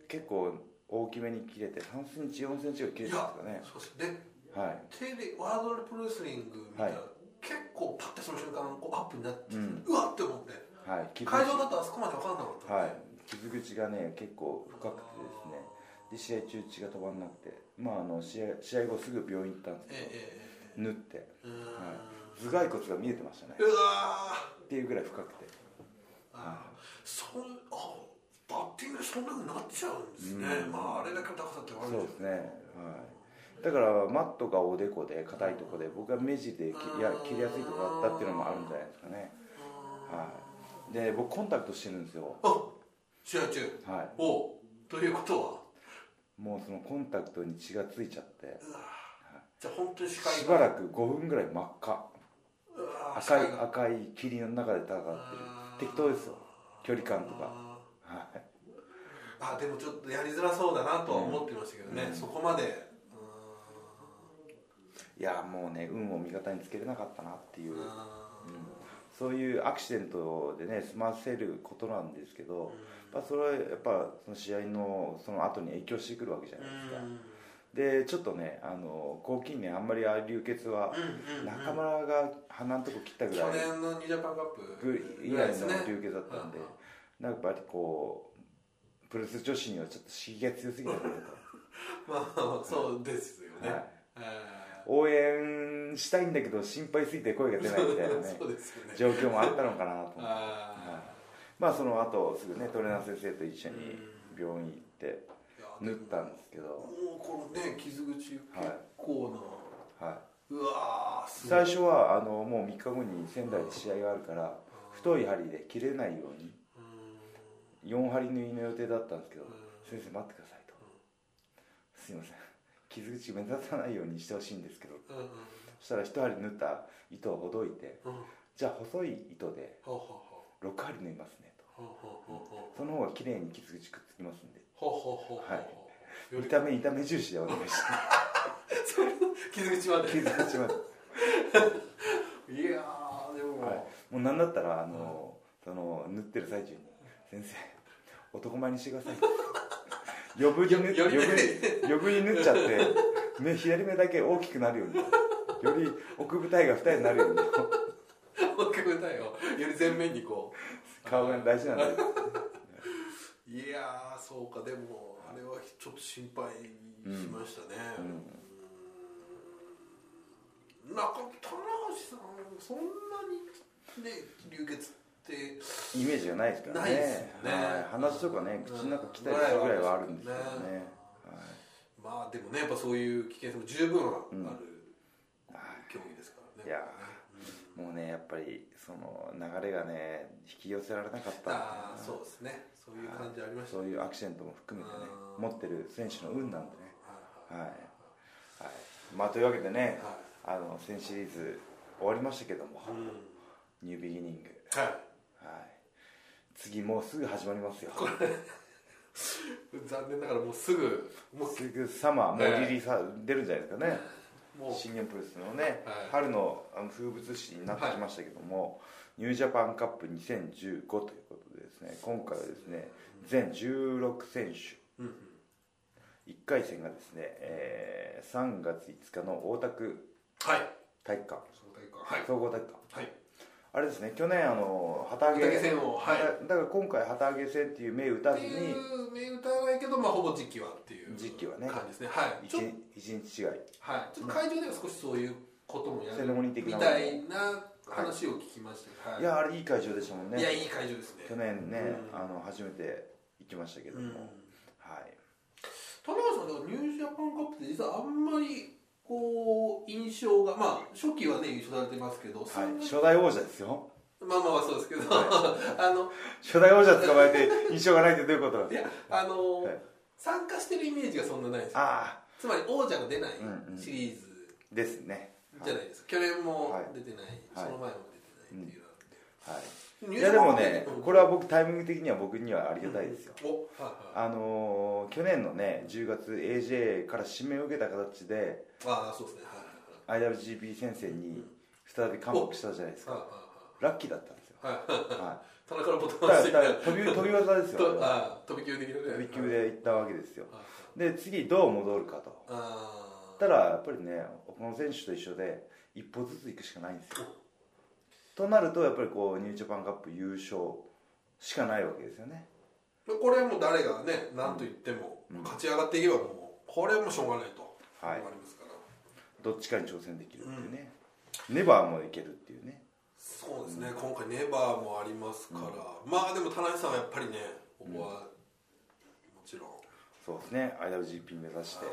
A: 結構大きめに切れて3センチ4センチが切れてたん
B: あ
A: で
B: ーそうですね
A: すかねはい
B: テレワールドプロレスリングみたいな、
A: はい
B: 結構パッてその瞬間こうアップになって、う
A: うん
B: わって思って
A: はい傷口
B: 会場だとあそこまで分かんなかったもん
A: は
B: ね
A: い傷口がね結構深くてですねで試合中血が止まんなくてまああの試合試合後すぐ病院行ったんです
B: ええ
A: けど縫
B: えええ
A: って
B: えうーん
A: 頭蓋骨が見えてましたね
B: うわ
A: っ
B: ー
A: ていうぐらい深くて
B: あーそんあバッティングでそんなふうになっちゃうんですね、
A: うん
B: まああれだけの高さってある
A: そうで
B: ん
A: すねはいだからマットがおでこで硬いとこで僕が目尻で切いや切りやすいとこだったっていうのもあるんじゃないですかねはいで僕コンタクトしてるんですよ
B: あ試合中
A: は
B: おうということはい
A: もうそのコンタクトに血がついちゃって
B: うわじゃあ本当に視界
A: しばらく5分ぐらい真っ赤
B: うわ視
A: 赤い
B: 界が
A: 赤い霧の中で戦ってる適当ですよ距離感とかはい
B: あでもちょっとやりづらそうだなとは思ってましたけどね、そこまでう
A: いやもうね運を味方につけれなかったなっていう
B: ーんうーん
A: そういうアクシデントでね済ませることなんですけど、まあ、それはやっぱその試合のその後に影響してくるわけじゃないですか、でちょっとねあの抗菌ねあんまりああいう流血は
B: うんうん
A: 中村が鼻のとこ切ったぐら
B: 去
A: い
B: 年のニュージャパンカッ
A: ぐ
B: プ
A: 以来の流血だったんで
B: うん
A: な
B: うん
A: んかやっぱりこうプロレス女子にはちょっと刺激が強すぎたなと、
B: まあそうですよね、
A: はい
B: えー
A: 応援したいんだけど心配すぎて声が出ないみたいなね
B: そうですよね
A: 状況もあったのかなと思って
B: あ
A: まあその後すぐねトレーナー先生と一緒に病院行って
B: ーいや
A: 縫
B: でも
A: ったんですけど、
B: もうこのね傷口結
A: はい
B: 構な、
A: は
B: うわー
A: い、
B: すご
A: 最
B: い
A: 初はあのもう3日後に仙台で試合があるから太い針で切れないように
B: うーん
A: 4針縫いの予定だったんですけど
B: うん
A: 「先生待ってください」と「すいません傷口目立たないようにしてほしいんですけど」
B: うんうん
A: そしたら1針縫った糸をほどいて
B: うん
A: 「じゃあ細い糸で
B: ほうほうほう
A: 6針縫いますね」と
B: ほうほうほうほう
A: 「その方が綺麗に傷口くっつきますんで
B: ほうほうほうほう
A: はい
B: より
A: 痛め痛め重視でお願いしま」
B: 傷口まです
A: 傷口まで
B: いやーでも、
A: はい、もうなんだったらあの、その塗ってる最中に「先生 男前にしてください」 余分に
B: よ
A: 塗
B: より
A: 余分に塗っちゃって目左目だけ大きくなるようにより奥二重が二重になるように
B: もう一回歌えよより前面にこ
A: 顔が大事なんで
B: ういやーそうかでもあれはちょっと心配しましたね、
A: う
B: うんーん、なんか棚橋さんそんなにね流血って
A: イメージがないですからね
B: ないですよね
A: はい、話とかね口の中来たりするぐらいはあるんですけどね
B: ねまあでもねやっぱそういう危険性も十分ある競技ですからね、
A: いやーもうねやっぱりその流れがね引き寄せられなかった
B: ああそうですねそういう感じありました
A: そういうアクシデントも含めてね
B: うん
A: 持ってる選手の運なんでね
B: は
A: はい、はい、まあというわけでね
B: い、は
A: あの先シリーズ終わりましたけども、
B: いうん
A: ニュービギニング、
B: はい
A: はい、次もうすぐ始まりますよ
B: 残念ながらもうすぐもう
A: すぐサマーもうリリースは出るんじゃないですかね
B: もう
A: 新日本プロレスのね、
B: はい
A: 春のあの風物詩になってきましたけども、ニュージャパンカップ2015ということでですね今回はですね全16選手
B: うんうん
A: 1回戦がですね、えー3月5日の大田区
B: はい
A: 体育館
B: その体育館はい
A: 総合体育館
B: はい
A: あれですね去年あの旗揚げ
B: 旗揚げ戦をはい
A: 旗だから今回旗揚げ戦っていう銘打た
B: っ
A: ず
B: て
A: に
B: いう目歌はないけどまあほぼ時期はっていう
A: 時期はね
B: 感じですねはいち
A: 一
B: ょ,、
A: 一日違い
B: はい、ちょっと会場では少しそういうこともや
A: セレ
B: る
A: モニー的
B: み
A: な
B: たいな話を聞きましたはい
A: いやあれいい会場でしたもんね
B: いやいい会場ですね
A: 去年ね、
B: うん
A: あの初めて行きましたけど
B: う
A: も、
B: ん
A: はい
B: 高橋さんだからニュージャパンカップって実はあんまりこう印象がまあ初期はね優勝されてますけど、そんな
A: 初代王者ですよ
B: まあまあまあそうですけど、 あの
A: 初代王者捕まえて 印象がないってどういうことなん
B: い
A: です
B: や
A: か
B: あの、
A: はい
B: 参加してるイメージがそんなないんですよ
A: あ
B: つまり王者が出ない
A: うんうん
B: シリーズ
A: あですね
B: じゃないですか、去年も出てない、
A: はい
B: その前も出てないっていうのがあって
A: はい
B: ニュ
A: い
B: ー
A: や
B: ジ
A: で
B: ャパ
A: も
B: ン
A: ね
B: うん
A: これは僕タイミング的には僕にはありがたいですよ、
B: おはいはい
A: あのー去年のね10月 AJ から指名を受けた形で
B: ああそうですねはいはいはい
A: IWGP 先生に再び勧告したじゃないですか
B: は
A: ラッキーだったんですよ、
B: いはいはいは
A: はい
B: 田中のボ
A: い、
B: タ
A: だ
B: ン
A: か
B: を
A: ら
B: 押
A: だ
B: して
A: か
B: み
A: ら
B: た
A: 飛び飛び技ですよ
B: とああ飛び級的なね
A: 飛び級で行ったわけですよ
B: はいはい
A: で次どう戻るかと
B: あ
A: た
B: あ
A: らやっぱりね岡本選手と一緒で一歩ずつ行くしかないんですよとなるとやっぱりこうニュージャパンカップ優勝しかないわけですよね
B: これはもう誰がね何と言っても
A: うん
B: 勝ち上がっていけばもうこれはもうしょうがないと
A: はい
B: ありますから
A: どっちかに挑戦できるっていうね、ネバーもいけるっていうね
B: そうですね今回ネバーもありますからまあでも田中さんはやっぱりねここはもちろん
A: そうですね IWGP 目指して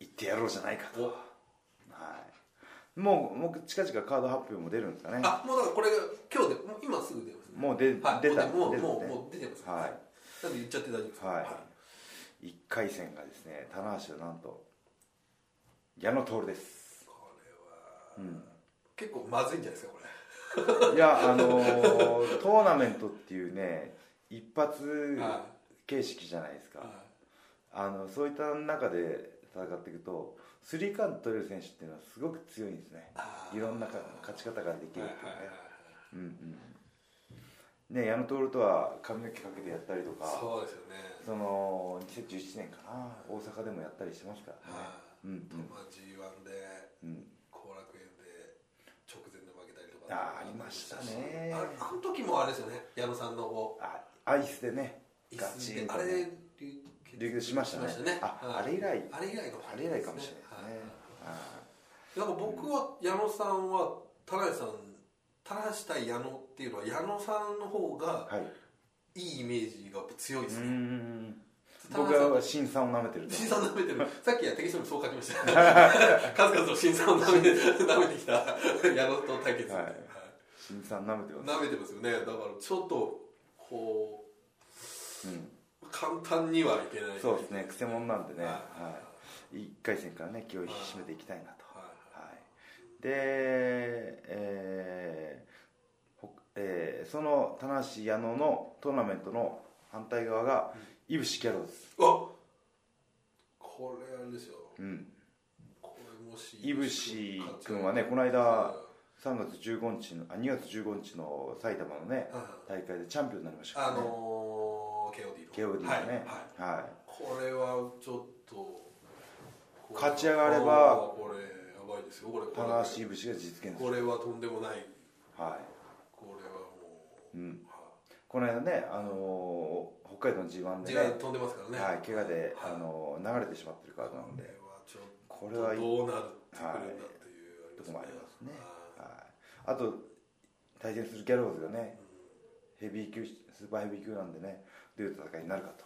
A: 行ってやろうじゃないかと
B: お
A: はいもうもう近々カード発表も出るんですかね
B: あもうだからこれが今日でもう今すぐ出ますね
A: もう出,、
B: はい
A: 出た
B: もう
A: 出
B: で
A: た
B: もうもう
A: ね
B: もう出てます
A: はい
B: なんで言っちゃって大丈夫ですか
A: はい1回戦がですね棚橋はなんと矢野徹です
B: これは、結構まずいんじゃないですかこれ
A: いやあの ートーナメントっていうね一発
B: は
A: 形式じゃないですか、
B: は
A: あのそういった中で戦っていくとスリーカウント取れる選手っていうのはすごく強いんですね
B: あー
A: いろんなか勝ち方ができ
B: い
A: るっ
B: は
A: てい
B: い
A: うね、
B: はいはい
A: うんうんね矢野徹とは髪の毛かけてやったりとか
B: そうですよね
A: その2017年かな大阪でもやったりしてますからね、
B: はい、
A: うんうん
B: まあ G1 で
A: うん、
B: 後楽園で直前で負けたりとか
A: あーありましたね
B: ああの時もあれですよね矢野さんのこ
A: あアイスでね
B: う
A: ガチ
B: 椅
A: ン
B: 子で
A: と
B: あれ
A: ね流血しましたねあ
B: はい
A: あれ以来
B: あれ以来かも
A: あれ以来かもしれないですね
B: は
A: あ
B: いなんか僕は矢野さんは田中さん田中対矢野っていうのは矢野さんの方が
A: ーはい
B: いいイメージが強いで
A: う
B: す
A: ー
B: ね
A: ん
B: 田中
A: 僕
B: さん
A: は新さんを舐めてると
B: 新さん舐め てるさっきやテキストにもそう書きました数々の新さんを舐めて 舐めてきた矢野と対決みたいな、
A: はい新さん舐めてま
B: 舐めてますよねだからちょっとこ
A: す、うん、
B: う簡単にはいけない
A: そうですねくせ者なんでね、
B: はい
A: はい、1回戦からね気を引き締めていきたいなと、
B: は
A: はい、で、えーほえーその棚橋矢野のトーナメントの反対側がいぶしキャローです、
B: いあこれあれですよ
A: うん、
B: これもし
A: いぶし君はねこの間3月15日のあ2月15日の埼玉のね
B: うん
A: 大会でチャンピオンになりましたか
B: あ
A: らね、
B: のー KOD の
A: KOD のね、
B: はい
A: はい
B: はいこれはちょっとこれ
A: 勝ち上がれば
B: あーこれやばいですよこれこれ
A: 棚橋いぶしが実現す
B: こ
A: る、
B: れはとんでもない
A: はい
B: これはもう、
A: うん
B: は
A: この間ね、あのー北海道の G1
B: い
A: で
B: 字
A: ね
B: が飛んでますからね
A: はい、怪我で、
B: はい
A: あのー流れてしまってるカードなの
B: これ
A: で、
B: はちょっと
A: これはいい
B: どうなってくるんだって
A: と
B: いう、
A: こもありますね
B: は
A: はい、あと対戦するギャローズがねヘビー級スーパーヘビー級なんでねどういう戦いになるかと
B: い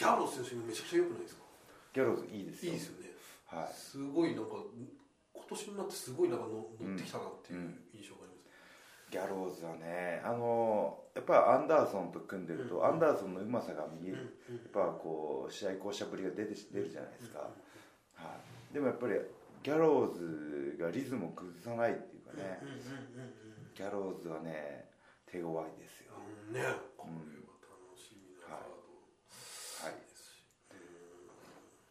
B: ギャロ選手めちゃくちゃ良くないですか
A: ギャローズいいです
B: いい
A: よ
B: ですよね
A: はい、
B: すごいなんか今年になってすごいなんかの乗ってきたなっていう印象があります、
A: ギャローズはねあのやっぱアンダーソンと組んでると、
B: うん
A: アンダーソンのうまさが見える、
B: うん
A: やっぱこう試合巧者ぶりが出て出るじゃないですか、はい、でもやっぱりギャローズがリズムを崩さないっていうかね、
B: うんうんうん
A: ギャローズはね手強いですよ、
B: うんうんねこれは楽しみなカード
A: はい、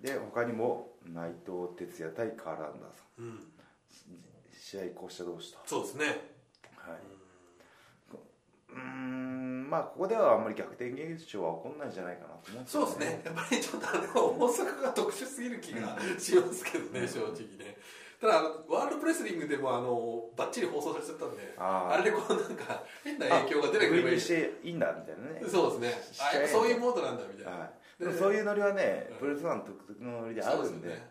B: ですし、
A: で他にも内藤哲也対カーランダーさん
B: うん
A: 試合巧者同士と、
B: そうですね、
A: はい、
B: う
A: うーんまあここではあんまり逆転現象は起こんないんじゃないかなと思うん
B: んそうですねやっぱりちょっとあの大阪が特殊すぎる気がしますけどね、正直ねただあのワールドプレスリングでもあのバッチリ放送されちゃったんで
A: あー
B: あれでこうなんか変な影響が出なければいい
A: あしていいんだみたいなね
B: そうですね
A: し
B: あ
A: ちゃえば
B: そういうモードなんだみたいな、
A: はい、でもそういうノリはね
B: うん
A: ブルースワン独特のノリである
B: そう
A: ん
B: ですよ
A: で
B: ね、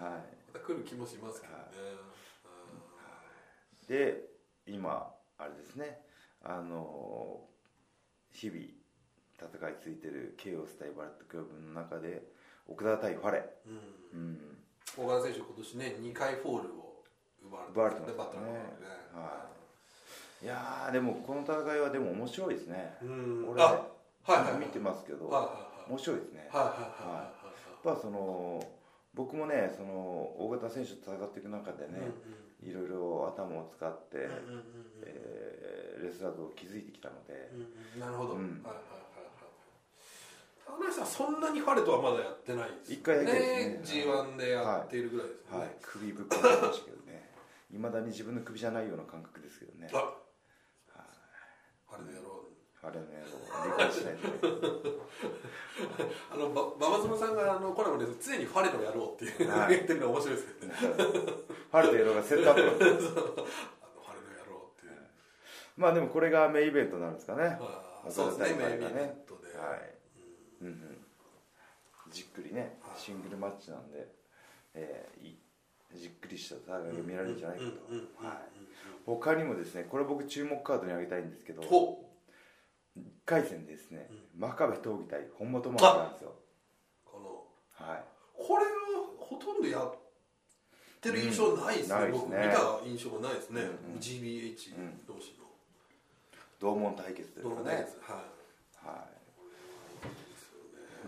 B: うん
A: は
B: また来る気もしますけどね、
A: い、で今あれですねあのー日々戦いついてるケイオス対バレットクラブの中で奥田対ファレ、
B: うん
A: うん、
B: 小川選手今年ね2回フォールを奪
A: 奪
B: わ
A: わ
B: れ
A: れ
B: て
A: て
B: ま
A: ますす
B: ね
A: ね
B: バットのね
A: はいいやーでもこの戦いはでも面白いですね、
B: うん
A: 俺
B: あはいはいはい
A: 見てますけど、
B: はいはい
A: 面白いですね、
B: はいはい
A: やっぱその僕もねその大型選手と戦っていく中で
B: はいはいはい
A: ね、いろいろ頭を使って、
B: うんうんうんうんうん
A: えーレスラーを築いてきたので、
B: うんなるほど、
A: うん
B: はいはいはいはい高梨さんはそんなにファレとはまだやってないですよ
A: 一回だけ
B: ね
A: ですね
B: G1 でやっているぐらいですよね、
A: はい、首ぶっ壊れましたけどねいまだに自分の首じゃないような感覚ですけどね
B: あファレでやろう
A: あれねもう理解しない と
B: あのば馬場園さんがあのコラボで常にファレとやろうっていう、
A: はい
B: 言ってるの面白いですけどね
A: ハルとエロがセットアップなんですよ
B: あのファレとやろうっていう、
A: まあでもこれがメインイベントなんですかねはい
B: まあ
A: 岡
B: そう
A: 田
B: です
A: 対
B: ね
A: ファ
B: メインイ
A: レ
B: ベ
A: が
B: ン
A: ね
B: トで、
A: うんうんじっくりね
B: はい
A: シングルマッチなんで、えーいじっくりした戦いが見られるんじゃないか
B: うんうんうん
A: とはい他にもですねこれ僕注目カードに挙げたいんですけど1
B: ほ
A: 回戦でですね、真壁闘技対本間智
B: あ
A: 也なんですよ
B: この
A: はい
B: これはほとんどやってる印象ないですね,、
A: うん
B: 僕見
A: ない
B: た
A: ですね
B: 印象がないですね、
A: うんうん
B: GBH 同士の、
A: 同門対決という
B: ど
A: か
B: の
A: ね
B: 対決はい
A: はい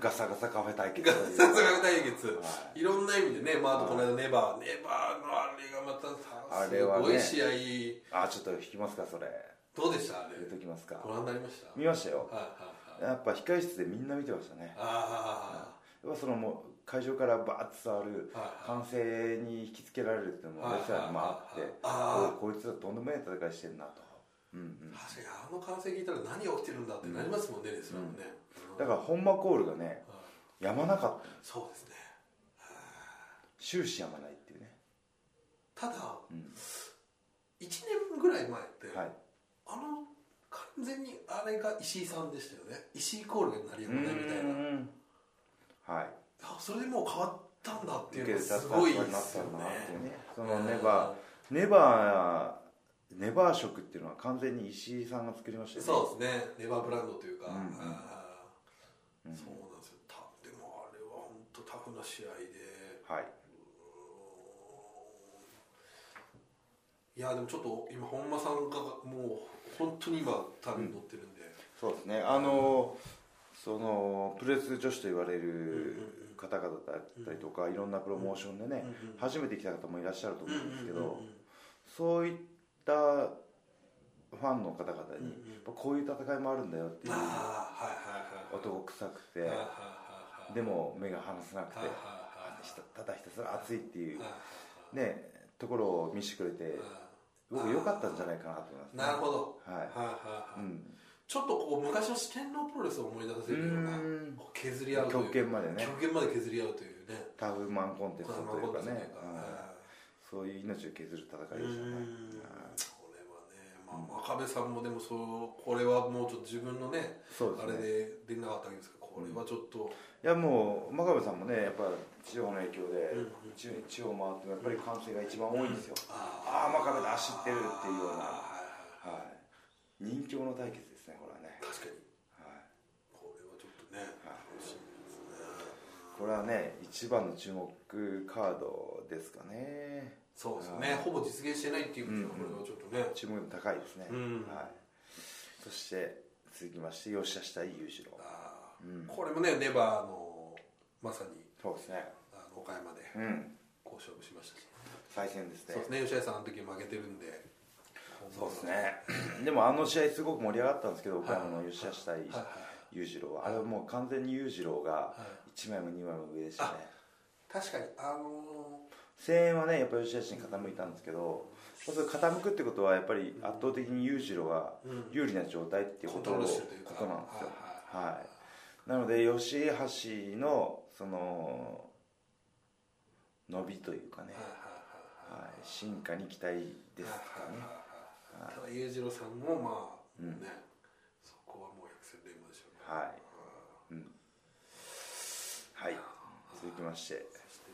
A: ガサガサカフェ対決という
B: さすが対決、、
A: はい
B: ろんな意味でね、まあ、あとこの間ネバー、ネバーのあれがまたさ
A: あれは
B: すごい
A: ね
B: 試合、
A: あちょっと引きますかそれ
B: どうでしたあ
A: 入れ
B: れ
A: ときますか
B: ご覧になりました
A: 見ましたよ
B: はいはいはい
A: やっぱ控え室でみんな見てましたね
B: あ
A: やっぱそのもう会場からバーッと伝わる
B: あはいはい
A: 歓声に引きつけられるっていうのも
B: はい
A: レスラーにもあって
B: はいはい
A: おこいつはとんでもない戦いしてんなと、うんうん、
B: 確かにあの歓声聞いたら何が起きてるんだってなりますもんね、レスラーもね、
A: だから本間コールがね
B: はい
A: やまなかった
B: そうですね
A: 終始やまないっていうね、
B: ただ
A: うん
B: 1年ぐらい前って、
A: はい、
B: あの完全にあれが石井さんでしたよね石井コールになりよ
A: う
B: うないみたいな
A: ーんはい
B: あそれでもう変わったんだってい
A: 受
B: う
A: け入れ
B: のが
A: た
B: す
A: スタッ
B: ごい
A: フ
B: で
A: になっ
B: す
A: た
B: よ
A: んだ
B: ね
A: なっていうねそのネバーネバーネバー色っていうのは完全に石井さんが作りましたよね
B: そうですねネバーブランドというか、
A: うんうん
B: あー
A: うん
B: そうなんですよたでもあれは本当タフな試合で
A: はい、
B: いやでもちょっと今本間さんがもう本当に今旅に乗ってるんで、
A: そうですねあのそのプロレス女子と言われる方々だったりとかいろんなプロモーションでね
B: うんうん
A: 初めて来た方もいらっしゃると思うんですけ
B: うんうんうん
A: どそういったファンの方々
B: うん
A: にこういう戦いもあるんだよっていう
B: ああはい
A: 男臭く
B: はい
A: て
B: はいはいはいはいはい
A: でも目が離せなくて
B: はいはい
A: ひたただひたすら熱いっていう
B: はいはい
A: ねところを見せてくれて僕良かったんじゃないかなと思いますね
B: なるほど
A: は
B: はい
A: い
B: はいはい
A: うん
B: ちょっとこう昔の四天王プロレスを思い出させるような
A: うん
B: こう削り合うという
A: 極限までね
B: 極限まで削り合うというね
A: タフマンコンテストというかね
B: はい
A: うんそういう命を削る戦いでしたねはい
B: これはねまあ真壁さんもでもそうこれはもうちょっと自分のね
A: そう
B: あ
A: で
B: れ
A: すね
B: でできなかったわけですけどこれはちょっと
A: いやもう真壁さんもねやっぱ地方の影響で
B: うんうん
A: 地地方回ってもやっぱり歓声が一番多いんですよ、あー
B: あ
A: 真壁だ知ってるっていうような
B: はいはい
A: はい人気者対決ですねこれはね、
B: 確かに
A: はい、
B: これはちょっとね楽しみですね
A: これはね一番の注目カードですかね
B: そうですよね、ほぼ実現してないっていうことは、これはちょっとね、
A: 注目度高いですね、
B: うん
A: はい、そして続きまして吉田下井裕次郎
B: あー
A: うん
B: これもね、ネバーのまさに
A: そうですね
B: あの岡山で
A: うん
B: こう勝負しましたし、
A: 再戦ですね
B: そうですね、吉田さん、あの時負けてるんで、
A: そうですねでもあの試合すごく盛り上がったんですけど岡山の吉田下井
B: はいはいはい
A: 裕次郎はあれはもう完全に裕次郎が1枚も2枚も上でしたね
B: 確かに、あの
A: 声援はねやっぱり吉田氏に傾いたんですけどまず傾くってことはやっぱり圧倒的に裕次郎が
B: うん
A: 有利な状態っていうこ
B: コン
A: と
B: ト
A: を
B: ロー
A: こ
B: ルしてるというか、
A: となんですよ
B: はいはいはい
A: はいなので吉橋のその伸びというかね、はい、進化に期待ですかね
B: はいはいはいただ、裕次郎さんも、まあ、ね、そこはもう百戦錬磨でしょうね。
A: はい、うん、はい続きまして
B: そして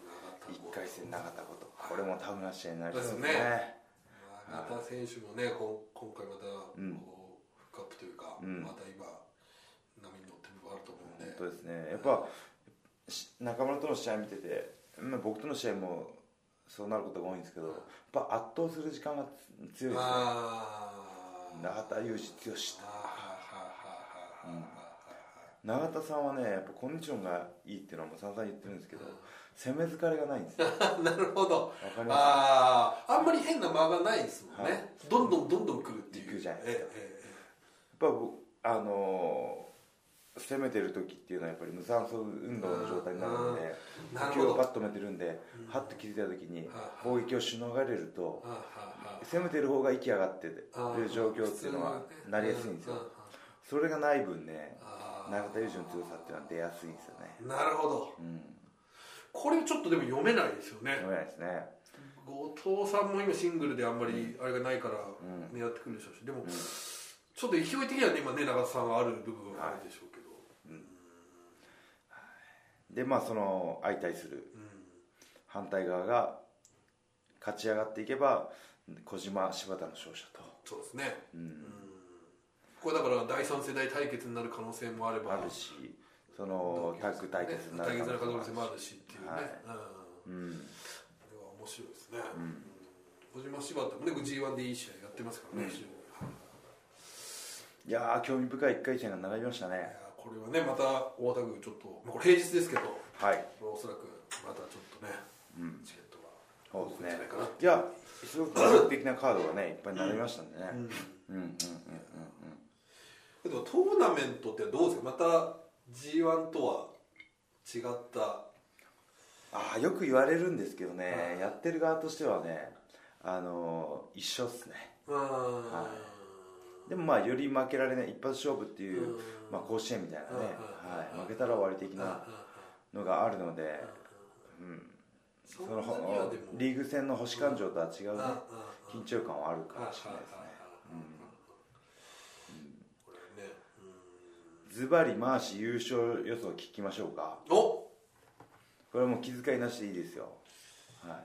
A: 1
B: 永田剛
A: 回戦永田ことこれもタフな試合になりそうです
B: です
A: ね
B: 永田選手もね、こん今回またこう、
A: うん
B: フックアップというか、
A: うん
B: また今波に乗ってる部分あると思うんで、
A: 本当ですねやっぱし中村との試合見てて、まあ、僕との試合もそうなることが多いんですけど、やっぱ圧倒する時間が強いですね
B: あー
A: 永田裕志強し
B: あーはいはいはいはいはい
A: 永田さんはねやっぱコンディションがいいっていうのはもう散々言ってるんですけど、攻め疲れがないんです よわ
B: はいなるほど
A: かりま
B: あああんまり変な間がないですもんね、
A: はい
B: どんどんどんどん来るっていう
A: 行くじゃないですか
B: えええ
A: すやっぱ僕あのー攻めてる時っていうのはやっぱり無酸素運動の状態になるので
B: うん
A: 呼
B: なるほ
A: 吸
B: ど
A: をパッと止めてるんでハッと気づいた時に攻撃をしのがれると
B: えはあは
A: 攻めてる方が息上がってる
B: あはあ
A: 状況っていうのはなりやすいんですよ
B: うう
A: それがない分ね
B: あー
A: 永田裕二の強さっていうのは出やすいんですよね
B: うんなるほど
A: うん
B: これちょっとでも読めないですよね
A: 読めないですね
B: 後藤さんも今シングルであんまりあれがないから
A: ん
B: 狙ってくるでしょうしでも、ちょっと勢い的にはね今ね長田さんはある部分はあるでしょうけど、
A: でまあその相対する
B: うん
A: 反対側が勝ち上がっていけば小島柴田の勝者と
B: そうですね、
A: う
B: うんん、これだから第三世代対決になる可能性もあれば
A: あるしそのタッグ対決にな
B: 対
A: る
B: 決になる可
A: 可能
B: 能
A: 性
B: 性
A: もあ
B: もあ
A: る
B: るしっていうね、
A: はい
B: うん
A: うん
B: これは面白いですね、うん小島柴田もね G1 でいい試合やってますからね、非常に
A: いやー興味深い1回戦が並びました
B: い
A: ね
B: やーこれはねまた大田区ちょっと、まあ、これ平日ですけど
A: はい
B: おそらくまたちょっとね、チケット
A: そ
B: は
A: うですね
B: じゃないかない
A: やすごく魅力的なカードがねいっぱい並びましたんでね
B: う
A: う
B: ん
A: んうんうんうん
B: でもトーナメントってどうですかまた G1 とは違った
A: ああよく言われるんですけど
B: は
A: ね
B: い
A: やってる側としてはねあのー一緒っすね
B: うーん、は
A: でもまあより負けられない一発勝負っていう
B: うん
A: まあ甲子園みたいなね
B: うん
A: はい負けたら終わり的なのがあるので
B: そ
A: そ
B: んなには
A: の
B: でも
A: リーグ戦の星感情とは違う
B: うん
A: ね
B: うんうん
A: 緊張感はある
B: は
A: か
B: いはいはい
A: もしれないですね
B: これね
A: ズバリマーシ優勝予想聞きましょうか
B: うんお
A: これはもう気遣いなしでいいですよは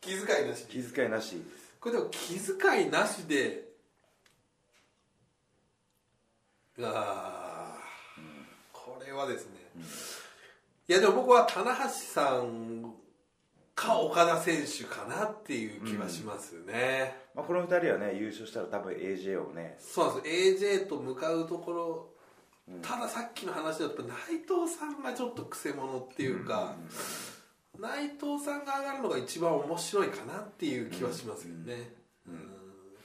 B: 気遣いなし
A: い気遣いなしでいいです
B: これでも気遣いなしでああ、これはですね、いやでも僕は棚橋さんか岡田選手かなっていう気はしますよね、
A: まあこの2人はね優勝したら多分 AJ をね
B: そうなんです AJ と向かうところ、たださっきの話だとやっぱ内藤さんがちょっとくせ者っていうか、内藤さんが上がるのが一番面白いかなっていう気はしますよね、うん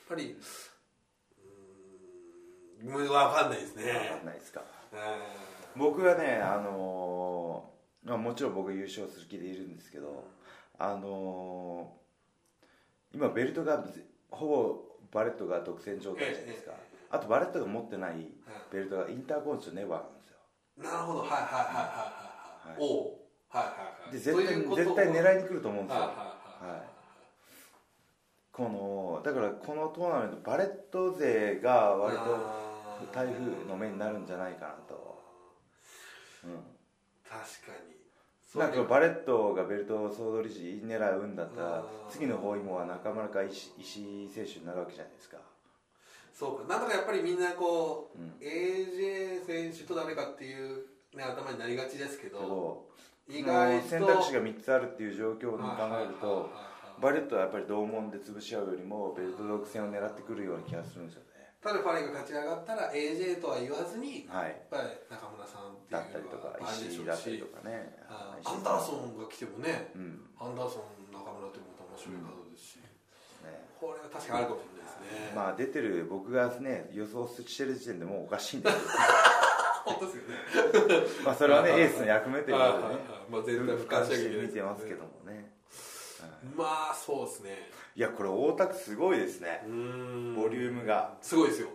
B: やっぱりうん分かんないですね
A: 分かんないですか
B: う
A: 僕がねあのーまあ、もちろん僕が優勝する気でいるんですけどあのー今ベルトがぜほぼバレットが独占状態じゃないですか
B: え
A: あとバレットが持ってないベルトがインターコンチとネバーなんですよ
B: んなるほどはいはいは
A: は
B: いはいはいはい
A: い
B: おうはいはいはい
A: で絶対
B: ということ
A: 絶
B: を
A: 対狙いに来ると思うんです
B: はい
A: よ
B: はい
A: はいこのだからこのトーナメントバレット勢が
B: はい
A: 割と
B: あー
A: 台風の目になるんじゃないかなと、う
B: 確かに
A: ん、なんかバレットがベルトを総取りし狙うんだった
B: あ
A: ら
B: ー
A: 次の包囲網は中村か石石井選手になるわけじゃないですか
B: そうかなんかやっぱりみんなこう、
A: うん
B: AJ 選手と誰かっていう、ね、頭になりがちですけ
A: け
B: ど
A: ど
B: 意外と
A: その選択肢が3つあるっていう状況に考える
B: はいはいはいは
A: と
B: い
A: バレットはやっぱり同門で潰し合うよりもベルト独占を狙ってくるような気がするんですよね
B: ただファレが勝ち上がったら AJ とは言わずに、やっ
A: はい
B: ぱり中村さんって
A: だった
B: い
A: り
B: う
A: と
B: の
A: か
B: があるでし
A: 石井
B: ょう
A: だったり
B: し
A: とかね
B: あ
A: はい
B: アンダーソンが来てもね、
A: うん
B: アンダーソン中村ってもまた面白いカードですし、
A: ね
B: これは確かにあるかもしれないですね、
A: まあ出てる僕がね予想してる時点でもうおかしいんですけど
B: 本当ですよね
A: まあそれはねエースの役目という
B: はい
A: こ
B: はい
A: と
B: は
A: で
B: い
A: ね
B: まあ全体俯瞰しなきゃいけない
A: 見
B: で
A: て
B: よね
A: ますけどもね
B: まあそうですね
A: いやこれ大田区すごいですね
B: うーん
A: ボリュームが
B: すごいですよ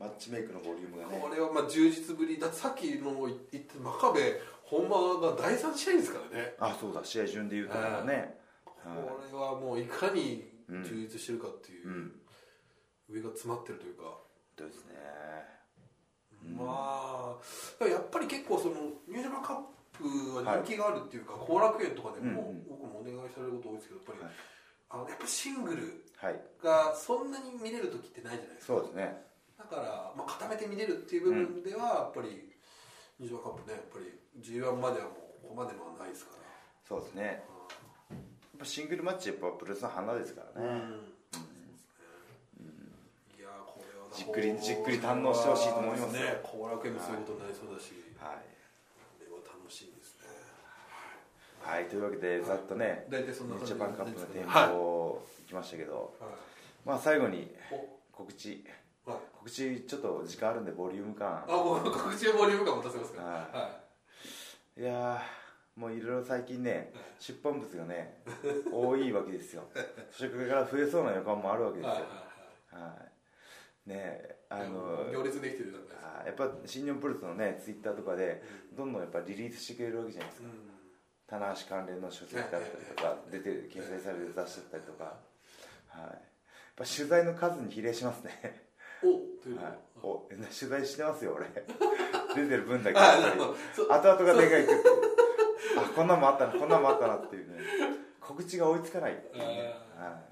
A: マッチメイクのボリュームがね
B: これはまあ充実ぶりだってさっきの言って真壁本間が第3試合ですからね
A: あそうだ試合順で言うとなんかね
B: これはもういかに充実してるかっていう、
A: ん
B: 上が詰まってるというか、
A: そうですね
B: まあやっぱり結構そのニュージャパンカップは人気があるっていうか後、楽園とかでも、
A: うんうん
B: 僕もお願いされること多いですけどやっぱり、
A: はい
B: あのやっぱシングル
A: はい
B: がそんなに見れる時ってないじゃないですか
A: そうですね
B: だから、まあ、固めて見れるっていう部分ではやっぱり西島カップねやっぱり G1 まではもうここまでのはないですから
A: そうですねやっぱシングルマッチやっぱプロレスの花ですからね、
B: いやーこれは
A: じっくりじっくり堪能してほしいと思います
B: ね後楽園もそういうことになりそうだし、
A: はい、
B: これは楽しいですね
A: はい、というわけでざっとね
B: 大体そんな感じ
A: ジャパンカップの展
B: はい
A: 望いきましたけど、
B: はい
A: まあ最後に
B: お
A: 告知
B: はい
A: 告知ちょっと時間あるんでボリューム感
B: あもう告知のボリューム感持たせますから
A: はい
B: はい
A: やーもういろいろ最近ね出版物がね多いわけですよそしてこれから増えそうな予感もあるわけ
B: い
A: ですよ
B: はいはい
A: はいねえあ
B: はい
A: の
B: 行列できてるじゃないですか
A: あーやっぱ新日本プロレスのねツイッターとかでどんどんやっぱリリースしてくれるわけじゃないです
B: う
A: か
B: ん
A: 棚橋関連の書籍だったりとか出てる掲載される雑誌だったりとかはいやっぱ取材の数に比例しますね
B: おというの
A: はい
B: は、
A: お取材してますよ俺出てる分だけ
B: あ
A: や
B: あ
A: っ
B: な
A: ぱり
B: る ほどそう
A: 後々がでかいっていうあこんなんもあったなこんなんもあったなっていうね告知が追いつかないっていうね、
B: あ
A: は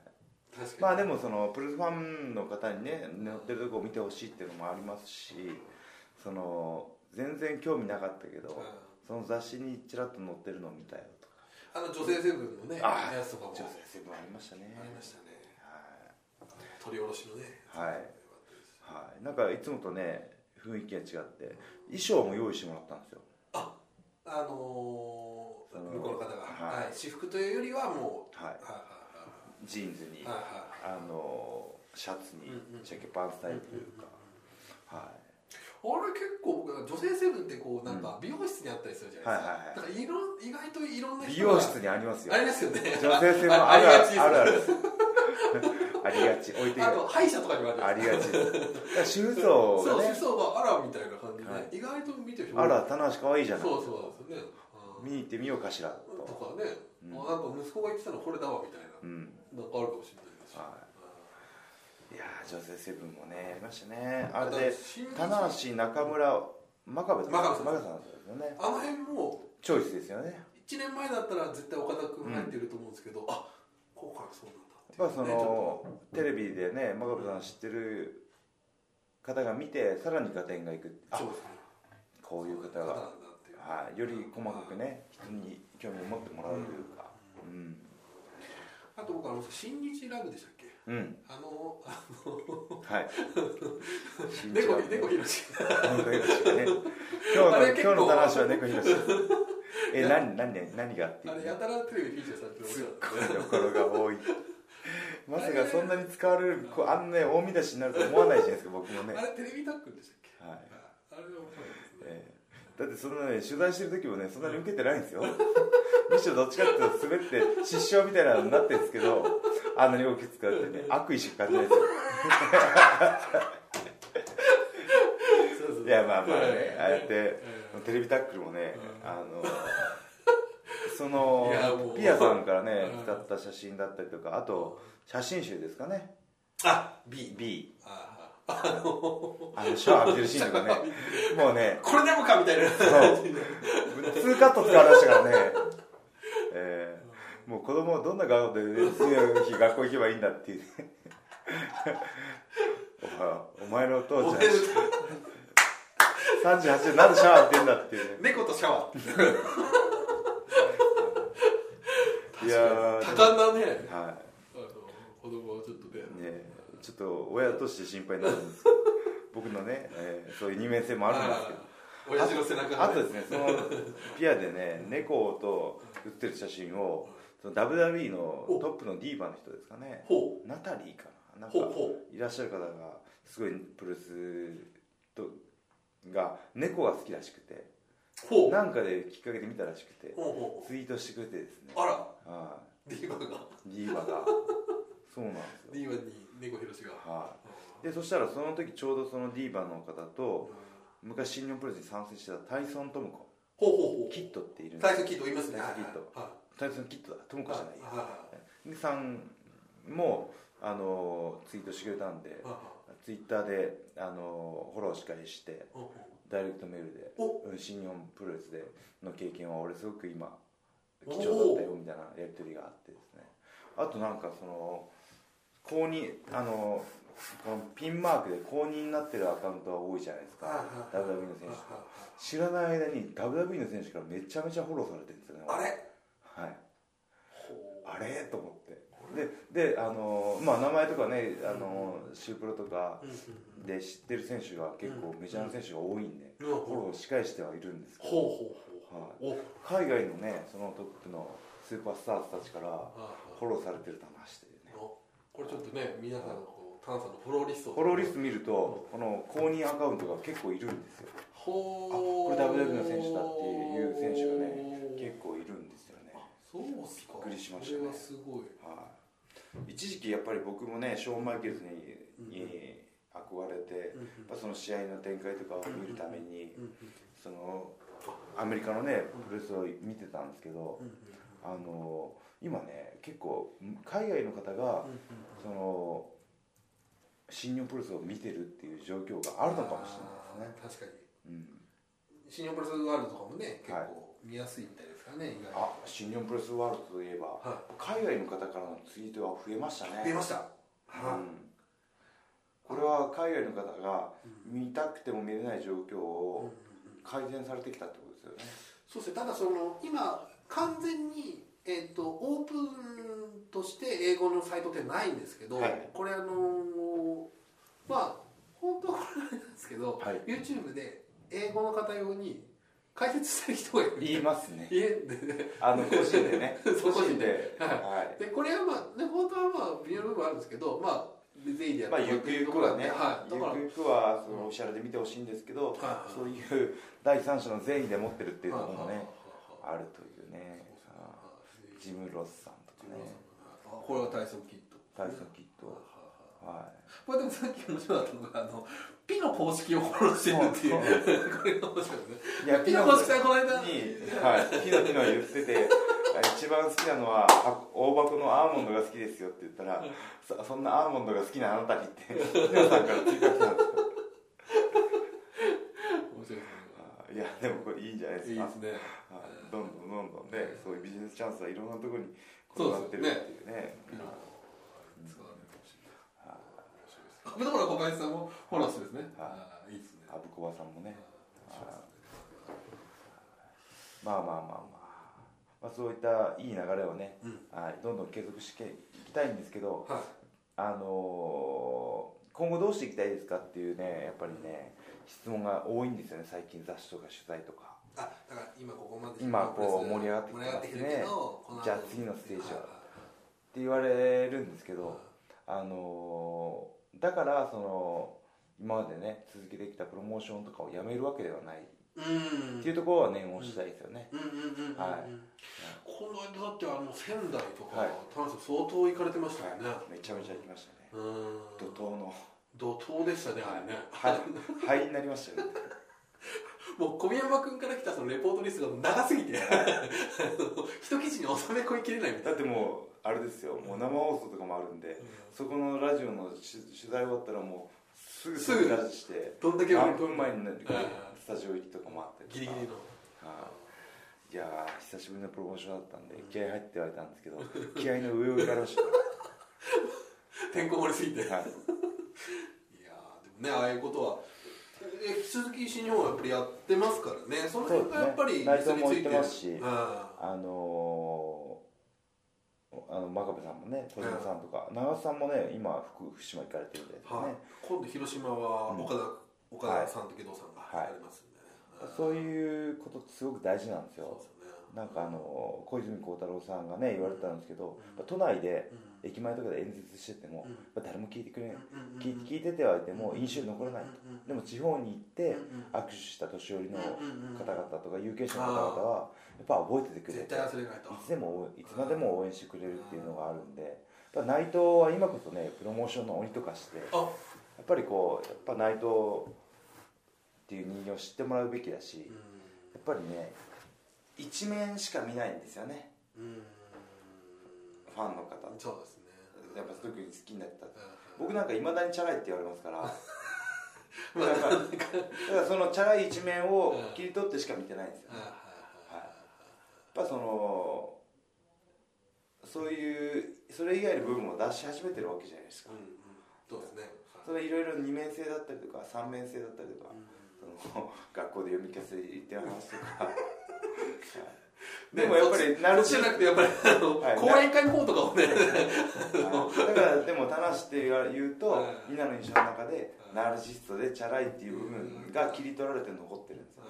B: 確
A: い、
B: か
A: まあでもそのプロレスファンの方にね乗ってるとこを見てほしいっていうのもありますしその全然興味なかったけど、
B: うん
A: その雑誌にちらっと載ってるのを見たよとか
B: にあの女性成分のね
A: あ
B: やつとかも
A: 女性セブンありましたね
B: ありましたね
A: はい
B: 取り下ろしのね
A: はい、はい、なんかいつもとね雰囲気が違って衣装も用意してもらったんですよ
B: ああのー
A: その
B: 向こうの方が、
A: はい
B: はい、私服というよりはもう
A: はい
B: はいは
A: ジーンズに
B: いはいはいはい
A: あのシャツに
B: うんうん
A: ジャケパンスタイルというか、は
B: あれ結構僕女性成分ってこうなんか美容室にあったりするじゃないですか、
A: は、
B: だからいろ意外といろんない
A: 美
B: 人が
A: 容室にありますよ
B: あれですよね
A: 女性性も
B: あ
A: ある
B: あ
A: あ
B: りがちです
A: るあるあるですありがち置いてい
B: あ
A: る
B: と歯医者とかにもあ
A: あ
B: る
A: りがちですだから手術を
B: そう
A: が
B: そ
A: ね
B: うそうまああらみたいな感じで、
A: はい
B: 意外と見てる人
A: あら棚橋かわいいじゃない
B: そうそうなんですよね
A: 見に行ってみようかしらと
B: うんとかね、あなんか息子が言ってたのこれだわみたいな、
A: うん
B: なんかあるかもしれないですし、
A: は
B: う
A: いいやー女性セブンもねありましたねあれ
B: だから
A: で
B: 新人
A: 棚橋中村真壁さん
B: 真壁さん
A: 真壁さんですよね
B: んあの辺も
A: チョイスですよね
B: 1年前だったら絶対岡田君入ってると思うんですけど、あ今回はそうなんだっていう
A: まあそ
B: ねちょっと
A: のテレビでね真壁さん知ってる方が見てさらに合点がいくあ
B: そうですね
A: こういう方
B: なんだ
A: が、
B: っていう
A: はい、より細かくね人に興味を持ってもらうというかうん、
B: あと僕あの新日ラブでしたっけ
A: うん
B: あのあの
A: はい
B: 猫猫ひろし
A: 猫ひ ろしがね今日
B: あ
A: の
B: れ
A: 今
B: 結
A: 日
B: 構
A: の話は猫ひ ろしですえ何何何何がってい
B: あ
A: う
B: れやたらテレビフィーチャーされてる
A: すっごいところが 多いまさかそんなに使われるこうあんなね大見出しになると思わないじゃないですか僕もね
B: あれテレビタックルでしたっけ
A: はい
B: あれは面白いですね
A: ええだってそんなね取材してる時もねそんなに受けてないんですよ むしろどっちかっていうと滑って失笑みたいなのになってるんですけどあんなに大きく使ってね悪意しか感じないですよ
B: そうそう
A: いやまあまあねああやって
B: え
A: テレビタックルもね
B: うん
A: あのその
B: いやもう
A: ピアさんからね
B: うん
A: 使った写真だったりとかあと写真集ですかね
B: あ B
A: B
B: ああの
A: あのシャワー浴びてるシーン とかねもうね
B: これでもかみたいな
A: そう2カット使われましたからね、えーもう子供はどんな顔で次の日学校行けばいいんだっていうねお前お前のお父
B: お
A: ち
B: 前
A: ゃん38でなんでシャワー浴びてんだっていうね
B: 猫とシャワー
A: いやー
B: 多感なね
A: は
B: あの子供はちょっとね
A: いねちょっと親として心配になるんですけど僕のね、えーそういう二面性もあるんですけど
B: あー親父の背中が
A: あとですねそのピアでね猫と写ってる写真をその WWE のトップのディーバの人ですかね
B: ほ
A: ナタリーかななん
B: ほう
A: か
B: ほ
A: いらっしゃる方がすごいプロレスとが猫が好きらしくて
B: うほう
A: なんかできっかけで見たらしくて
B: ほうほ
A: ツイートしてくれてですね
B: うあら
A: は
B: D バが
A: いディーバがそうなんですよ
B: D バに猫ひろしが
A: はいでそしたらその時ちょうどそのディーバの方
B: ほう
A: と昔新日本プロレスに参戦してたタイソン智子
B: ほうほ
A: キットっているん
B: う
A: で
B: 大
A: す
B: 将キットいますね
A: 大佐キット
B: は
A: タイソンキットだ智
B: い
A: 子じゃないや
B: はいは
A: でさんもあのツイートしてくれたんで
B: いはい
A: ツイッターであのフォローしっかりして
B: ほうほ
A: ダイレクトメールで
B: お
A: うん新日本プロレスでの経験は俺すごく今貴重だったよみたいなやり取りがあってですねあとなんかその公認あのこのピンマークで公認になってるアカウントは多いじゃないですか WWE の選手とか知らない間に WWE の選手からめちゃめちゃフォローされてるんですよね
B: あれ
A: はいあれと思ってでであのーまあ名前とかねあのーシュープロとかで知ってる選手が結構メジャーの選手が多いんで
B: うん
A: フォローし返してはいるんですけ
B: ほ
A: ど
B: うほうほうほう
A: 海外のねそのトップのスーパースターたちから
B: おあ
A: フォローされてる玉してね
B: のこれちょっとね皆さんのこう炭素のフォローリスト
A: フォローリスト見るとこの公認アカウントが結構いるんですよ
B: ほう
A: あこれ WW の選手だっていう選手がね結構いるんですよね
B: あそうっすか
A: びっくりしましたね
B: これはすごい
A: はい一時期やっぱり僕もねショーン・マイケルズ
B: うん
A: にに憧れて
B: うんうん
A: やっぱその試合の展開とかを見るために
B: うんうん
A: そのアメリカのねプロレスを見てたんですけど
B: うんうん
A: あの今ね結構海外の方が
B: うんうん
A: その新日本プロレスを見てるっていう状況があるのかもしれないですね
B: あー確かに
A: うん
B: 新日本プロレスワールドとかもね結
A: はい
B: 構見やすいみたいですからね意外
A: あ新日本プロレスワールドといえば、
B: は
A: 海外の方からのツイートが増えましたね
B: 見えましたは
A: うんこれは海外の方が見たくても見れない状況
B: いうんうん
A: を
B: うん
A: 改善されてきたってことですよね、
B: そうですねただその今完全に、えっとオープンとして英語のサイトってないんですけど、
A: はい
B: これあのーまあ本当はこれあれなんですけど、
A: はい
B: YouTube で英語の方用に解説してる人がいるみたい
A: 言いますね
B: 家でね
A: あの個人でね
B: そう
A: 個人で
B: 個人ではい
A: はい
B: でこれはまあ、ね、本当はまあ微妙な部分あるんですけどまあデイリア
A: まあ、ゆくゆくはね、
B: はい、だから
A: ゆくゆくはそのオフィシャルで見てほしいんですけど、
B: はい
A: そういう第三者の善意で持ってるっていうところも
B: はい
A: ね
B: はい、
A: あるというね、あ
B: はい
A: ジム・ロスさんとかね、
B: あこれは体操キット
A: タイソン・キッ
B: はい
A: ド、
B: はいはい
A: は
B: これでもさっき面白かったのがあのピの公式をフォローしてるっていう
A: そう
B: これが面白いですね
A: い、いや
B: ピの公式さんこの間
A: に、はい、ピノピノ言ってて、一番好きなのは、あ大箱のアーモンドが好きですよって言ったら、そそんなアーモンドが好きなあなたに って、ピノさんから追加来たんですよ
B: 面白い
A: あいや、でもこれいいんじゃないで
B: で
A: す
B: すねい
A: か。
B: いですね
A: はいどんどんどんどんね、そういうビジネスチャンスはいろんなところに
B: そう
A: 転がってるっていうね。
B: ピの使われるかもしれない面白いですねだから小林さんもフォローしてるんですね
A: はい
B: あーいいですね
A: あぶこばさんもね。
B: 面白いですね
A: まあまあまあまあ。まあ、そういったいい流れをね、
B: うん
A: はい、どんどん継続していきたいんですけど、
B: はい
A: あのー今後どうしていきたいですかっていうね、やっぱりね、質問が多いんですよね、最近雑誌とか取材とか。
B: あだから今ここまで
A: 今こう盛り上がってきてますね
B: 盛り上がってきてるけどこの後
A: じゃあ次のステージはいって言われるんですけ
B: いはい
A: ど、あのーだからその今までね続けてきたプロモーションとかをやめるわけではないっ
B: うん
A: ていうところは念を押したいですよね、
B: うんうんうんうんうん
A: はい
B: この間だってあの仙台とか、
A: はい
B: 田中さん相当行かれてましたよね、
A: めちゃめちゃ行きましたね
B: うー
A: 怒
B: ん
A: 涛の
B: 怒涛でしたねあれね、
A: はい灰になりましたよね
B: もう小宮山君から来たそのレポートリストが長す ぎてあの一記事に収め込みきれないみ
A: だ
B: たい
A: っ
B: な
A: てもうあれですよもう生放送とかもあるんでそこのラジオのし取材終わったらもうすぐ
B: すぐ
A: 飛び出して
B: どんだけ
A: 何分前になる
B: うん
A: スタジオ入りとかもあって
B: ギリギリの
A: はいいやー久しぶりのプロモーションだったんで気合入ってはいたんですけど気合の上を行かれま した
B: 天候盛りすぎていや
A: はい
B: ーでもねああいうことはえ引き続き新日本はやっぱりやってますからねその辺がやっぱり
A: そうですね内装も行ってますし
B: うんは
A: あのー、あの真壁さんもね小島さんとか、長瀬さんもね今福福島行かれてるんで、ね
B: い、今度広島は岡田、岡田さんと義堂さんが
A: はい
B: やりますんでね、
A: そういうことってすごく大事なんです
B: そう
A: よ
B: ですよね
A: なんかあのー小泉孝太郎さんがね言われてたんですけど、まあ都内で
B: う
A: 駅前とかで演説してても、
B: うん
A: やっぱ誰も聞いてくれない、
B: んうんうん
A: 聞い聞いててはいても印象に残らないと、
B: うんうん
A: でも地方に行って
B: うんうん
A: 握手した年寄りの
B: うんうんうん
A: 方々とか有権者の方々はやっぱ覚えててくれて
B: 絶対忘れないと
A: いつでもいつまでも応援してくれるっていうのがあるんで、やっぱ内藤は今こそねプロモーションの鬼とかしてや
B: あ
A: っぱりこうやっぱ内藤っていう人間を知ってもらうべきだし、やっぱりね一面しか見ないんですよね
B: うんうん
A: ファンの方
B: そうですね
A: やっぱ特に好きになった
B: うん
A: 僕なんかいまだにチャラいって言われますから
B: まあ
A: だ
B: なん
A: か
B: から
A: だからそのチャラい一面を
B: うん
A: 切り取ってしか見てないんですよ、
B: はい
A: やっ
B: はい
A: ぱそのそういうそれ以外の部分を出し始めてるわけじゃないですか
B: はいうんうんそうですね
A: それいろいろ二面性だったりとか三面性だったりとか、その学校で読み聞かせていってる話と かはいでもやっぱりな
B: な
A: る
B: るじゃなくてやっぱりあの、
A: はい
B: 講演会の方とかをね
A: はいだからでも田無って言うと、
B: はい
A: みんなの印象の中で、
B: はい
A: ナルシストでチャラいっていう部分が切り取られて残ってるんですよ、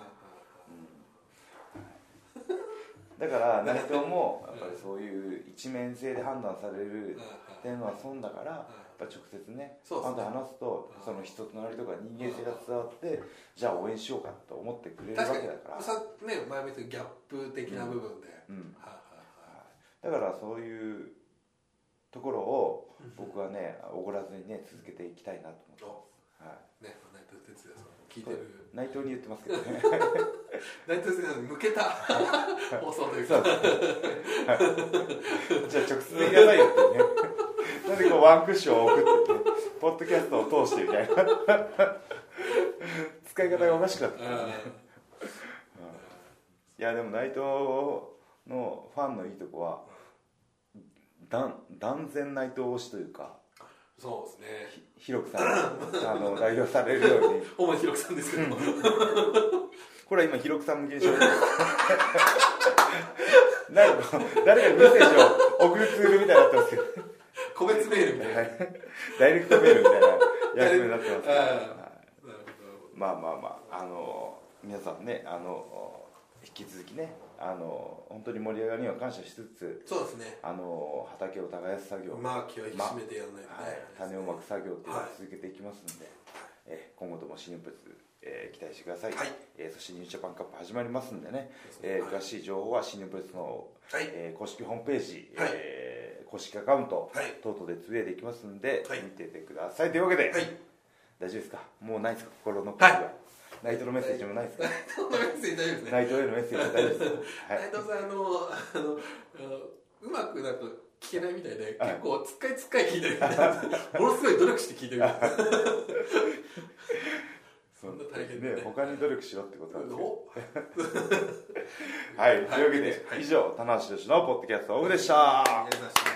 A: だから内藤もやっぱりそういう一面性で判断されるっていうのは損だからやっぱ直接ね
B: そうですね
A: あんた話すとその人となりとか人間性が伝わってじゃあ応援しようかと思ってくれるわ
B: 確
A: け
B: か
A: だ
B: に
A: から
B: さね前見たギャップ的な部分で、
A: うん
B: はい
A: だからそういうところを僕はねおごらずにね続けていきたいなと
B: はいはい
A: 思ってます、はい
B: おね内藤哲也さんも聞いてる
A: 内藤に言ってますけどね
B: 内藤哲也さんに向けた放送という
A: そ
B: か
A: うじゃあ直接言いなさいよってねなんでこうワンクッションを置くってねポッドキャストを通してみたいな使い方がおかしくなってきたねいやでも内藤のファンのいいとこは断断然内藤推しというか
B: そうですね
A: ひ広くさあの代表されるように
B: 主に広くさんですけど、
A: これは今広くさん向けにしよう 誰か誰かにメッセージを送るツールみたいになってますけど
B: 個別メールみたいな、
A: はいダイレクトメールみたいな役目になってますけど、は
B: はいなるほどなる
A: い
B: ほ
A: まあまあまああの皆さんねあの引き続きねあの本当に盛り上がりには感謝しつつ
B: どそうですね
A: あの畑を耕す作業、
B: まあ気を引き締めてやらないとね、
A: はい、種をまく作業っていうのを
B: はい
A: 続けていきますので、え今後とも新日本プレスえー期待してください、
B: はい
A: えーそしてニュージャパンカップ始まりますんでね、
B: そうですね
A: えー
B: はい
A: 詳しい情報は新日本プレスの、
B: はい
A: えー公式ホームページ、
B: はい
A: えー公式アカウント、
B: はい
A: 等々でつぶやいていきますんで、
B: はい
A: 見ててくださいというわけで、
B: はい
A: 大丈夫ですかもうないですか心の声が、
B: はい
A: ナイトのメッセージもないですか、
B: そんなメッセージ大丈夫ですね
A: ナイトへのメッセージも大丈夫ですか、はい
B: 内藤さんあのあのあのうまくなんか聞けないみたいで、
A: はい
B: 結構つっかいつっかい聞いてる ものすごい努力して聞いてる
A: そ
B: んな大変だね
A: 他に努力しろってことなんですけど
B: お
A: はい、というわけで、
B: はい
A: 以上、棚橋宏のポッドキャストオフでした。
B: ありがとうございました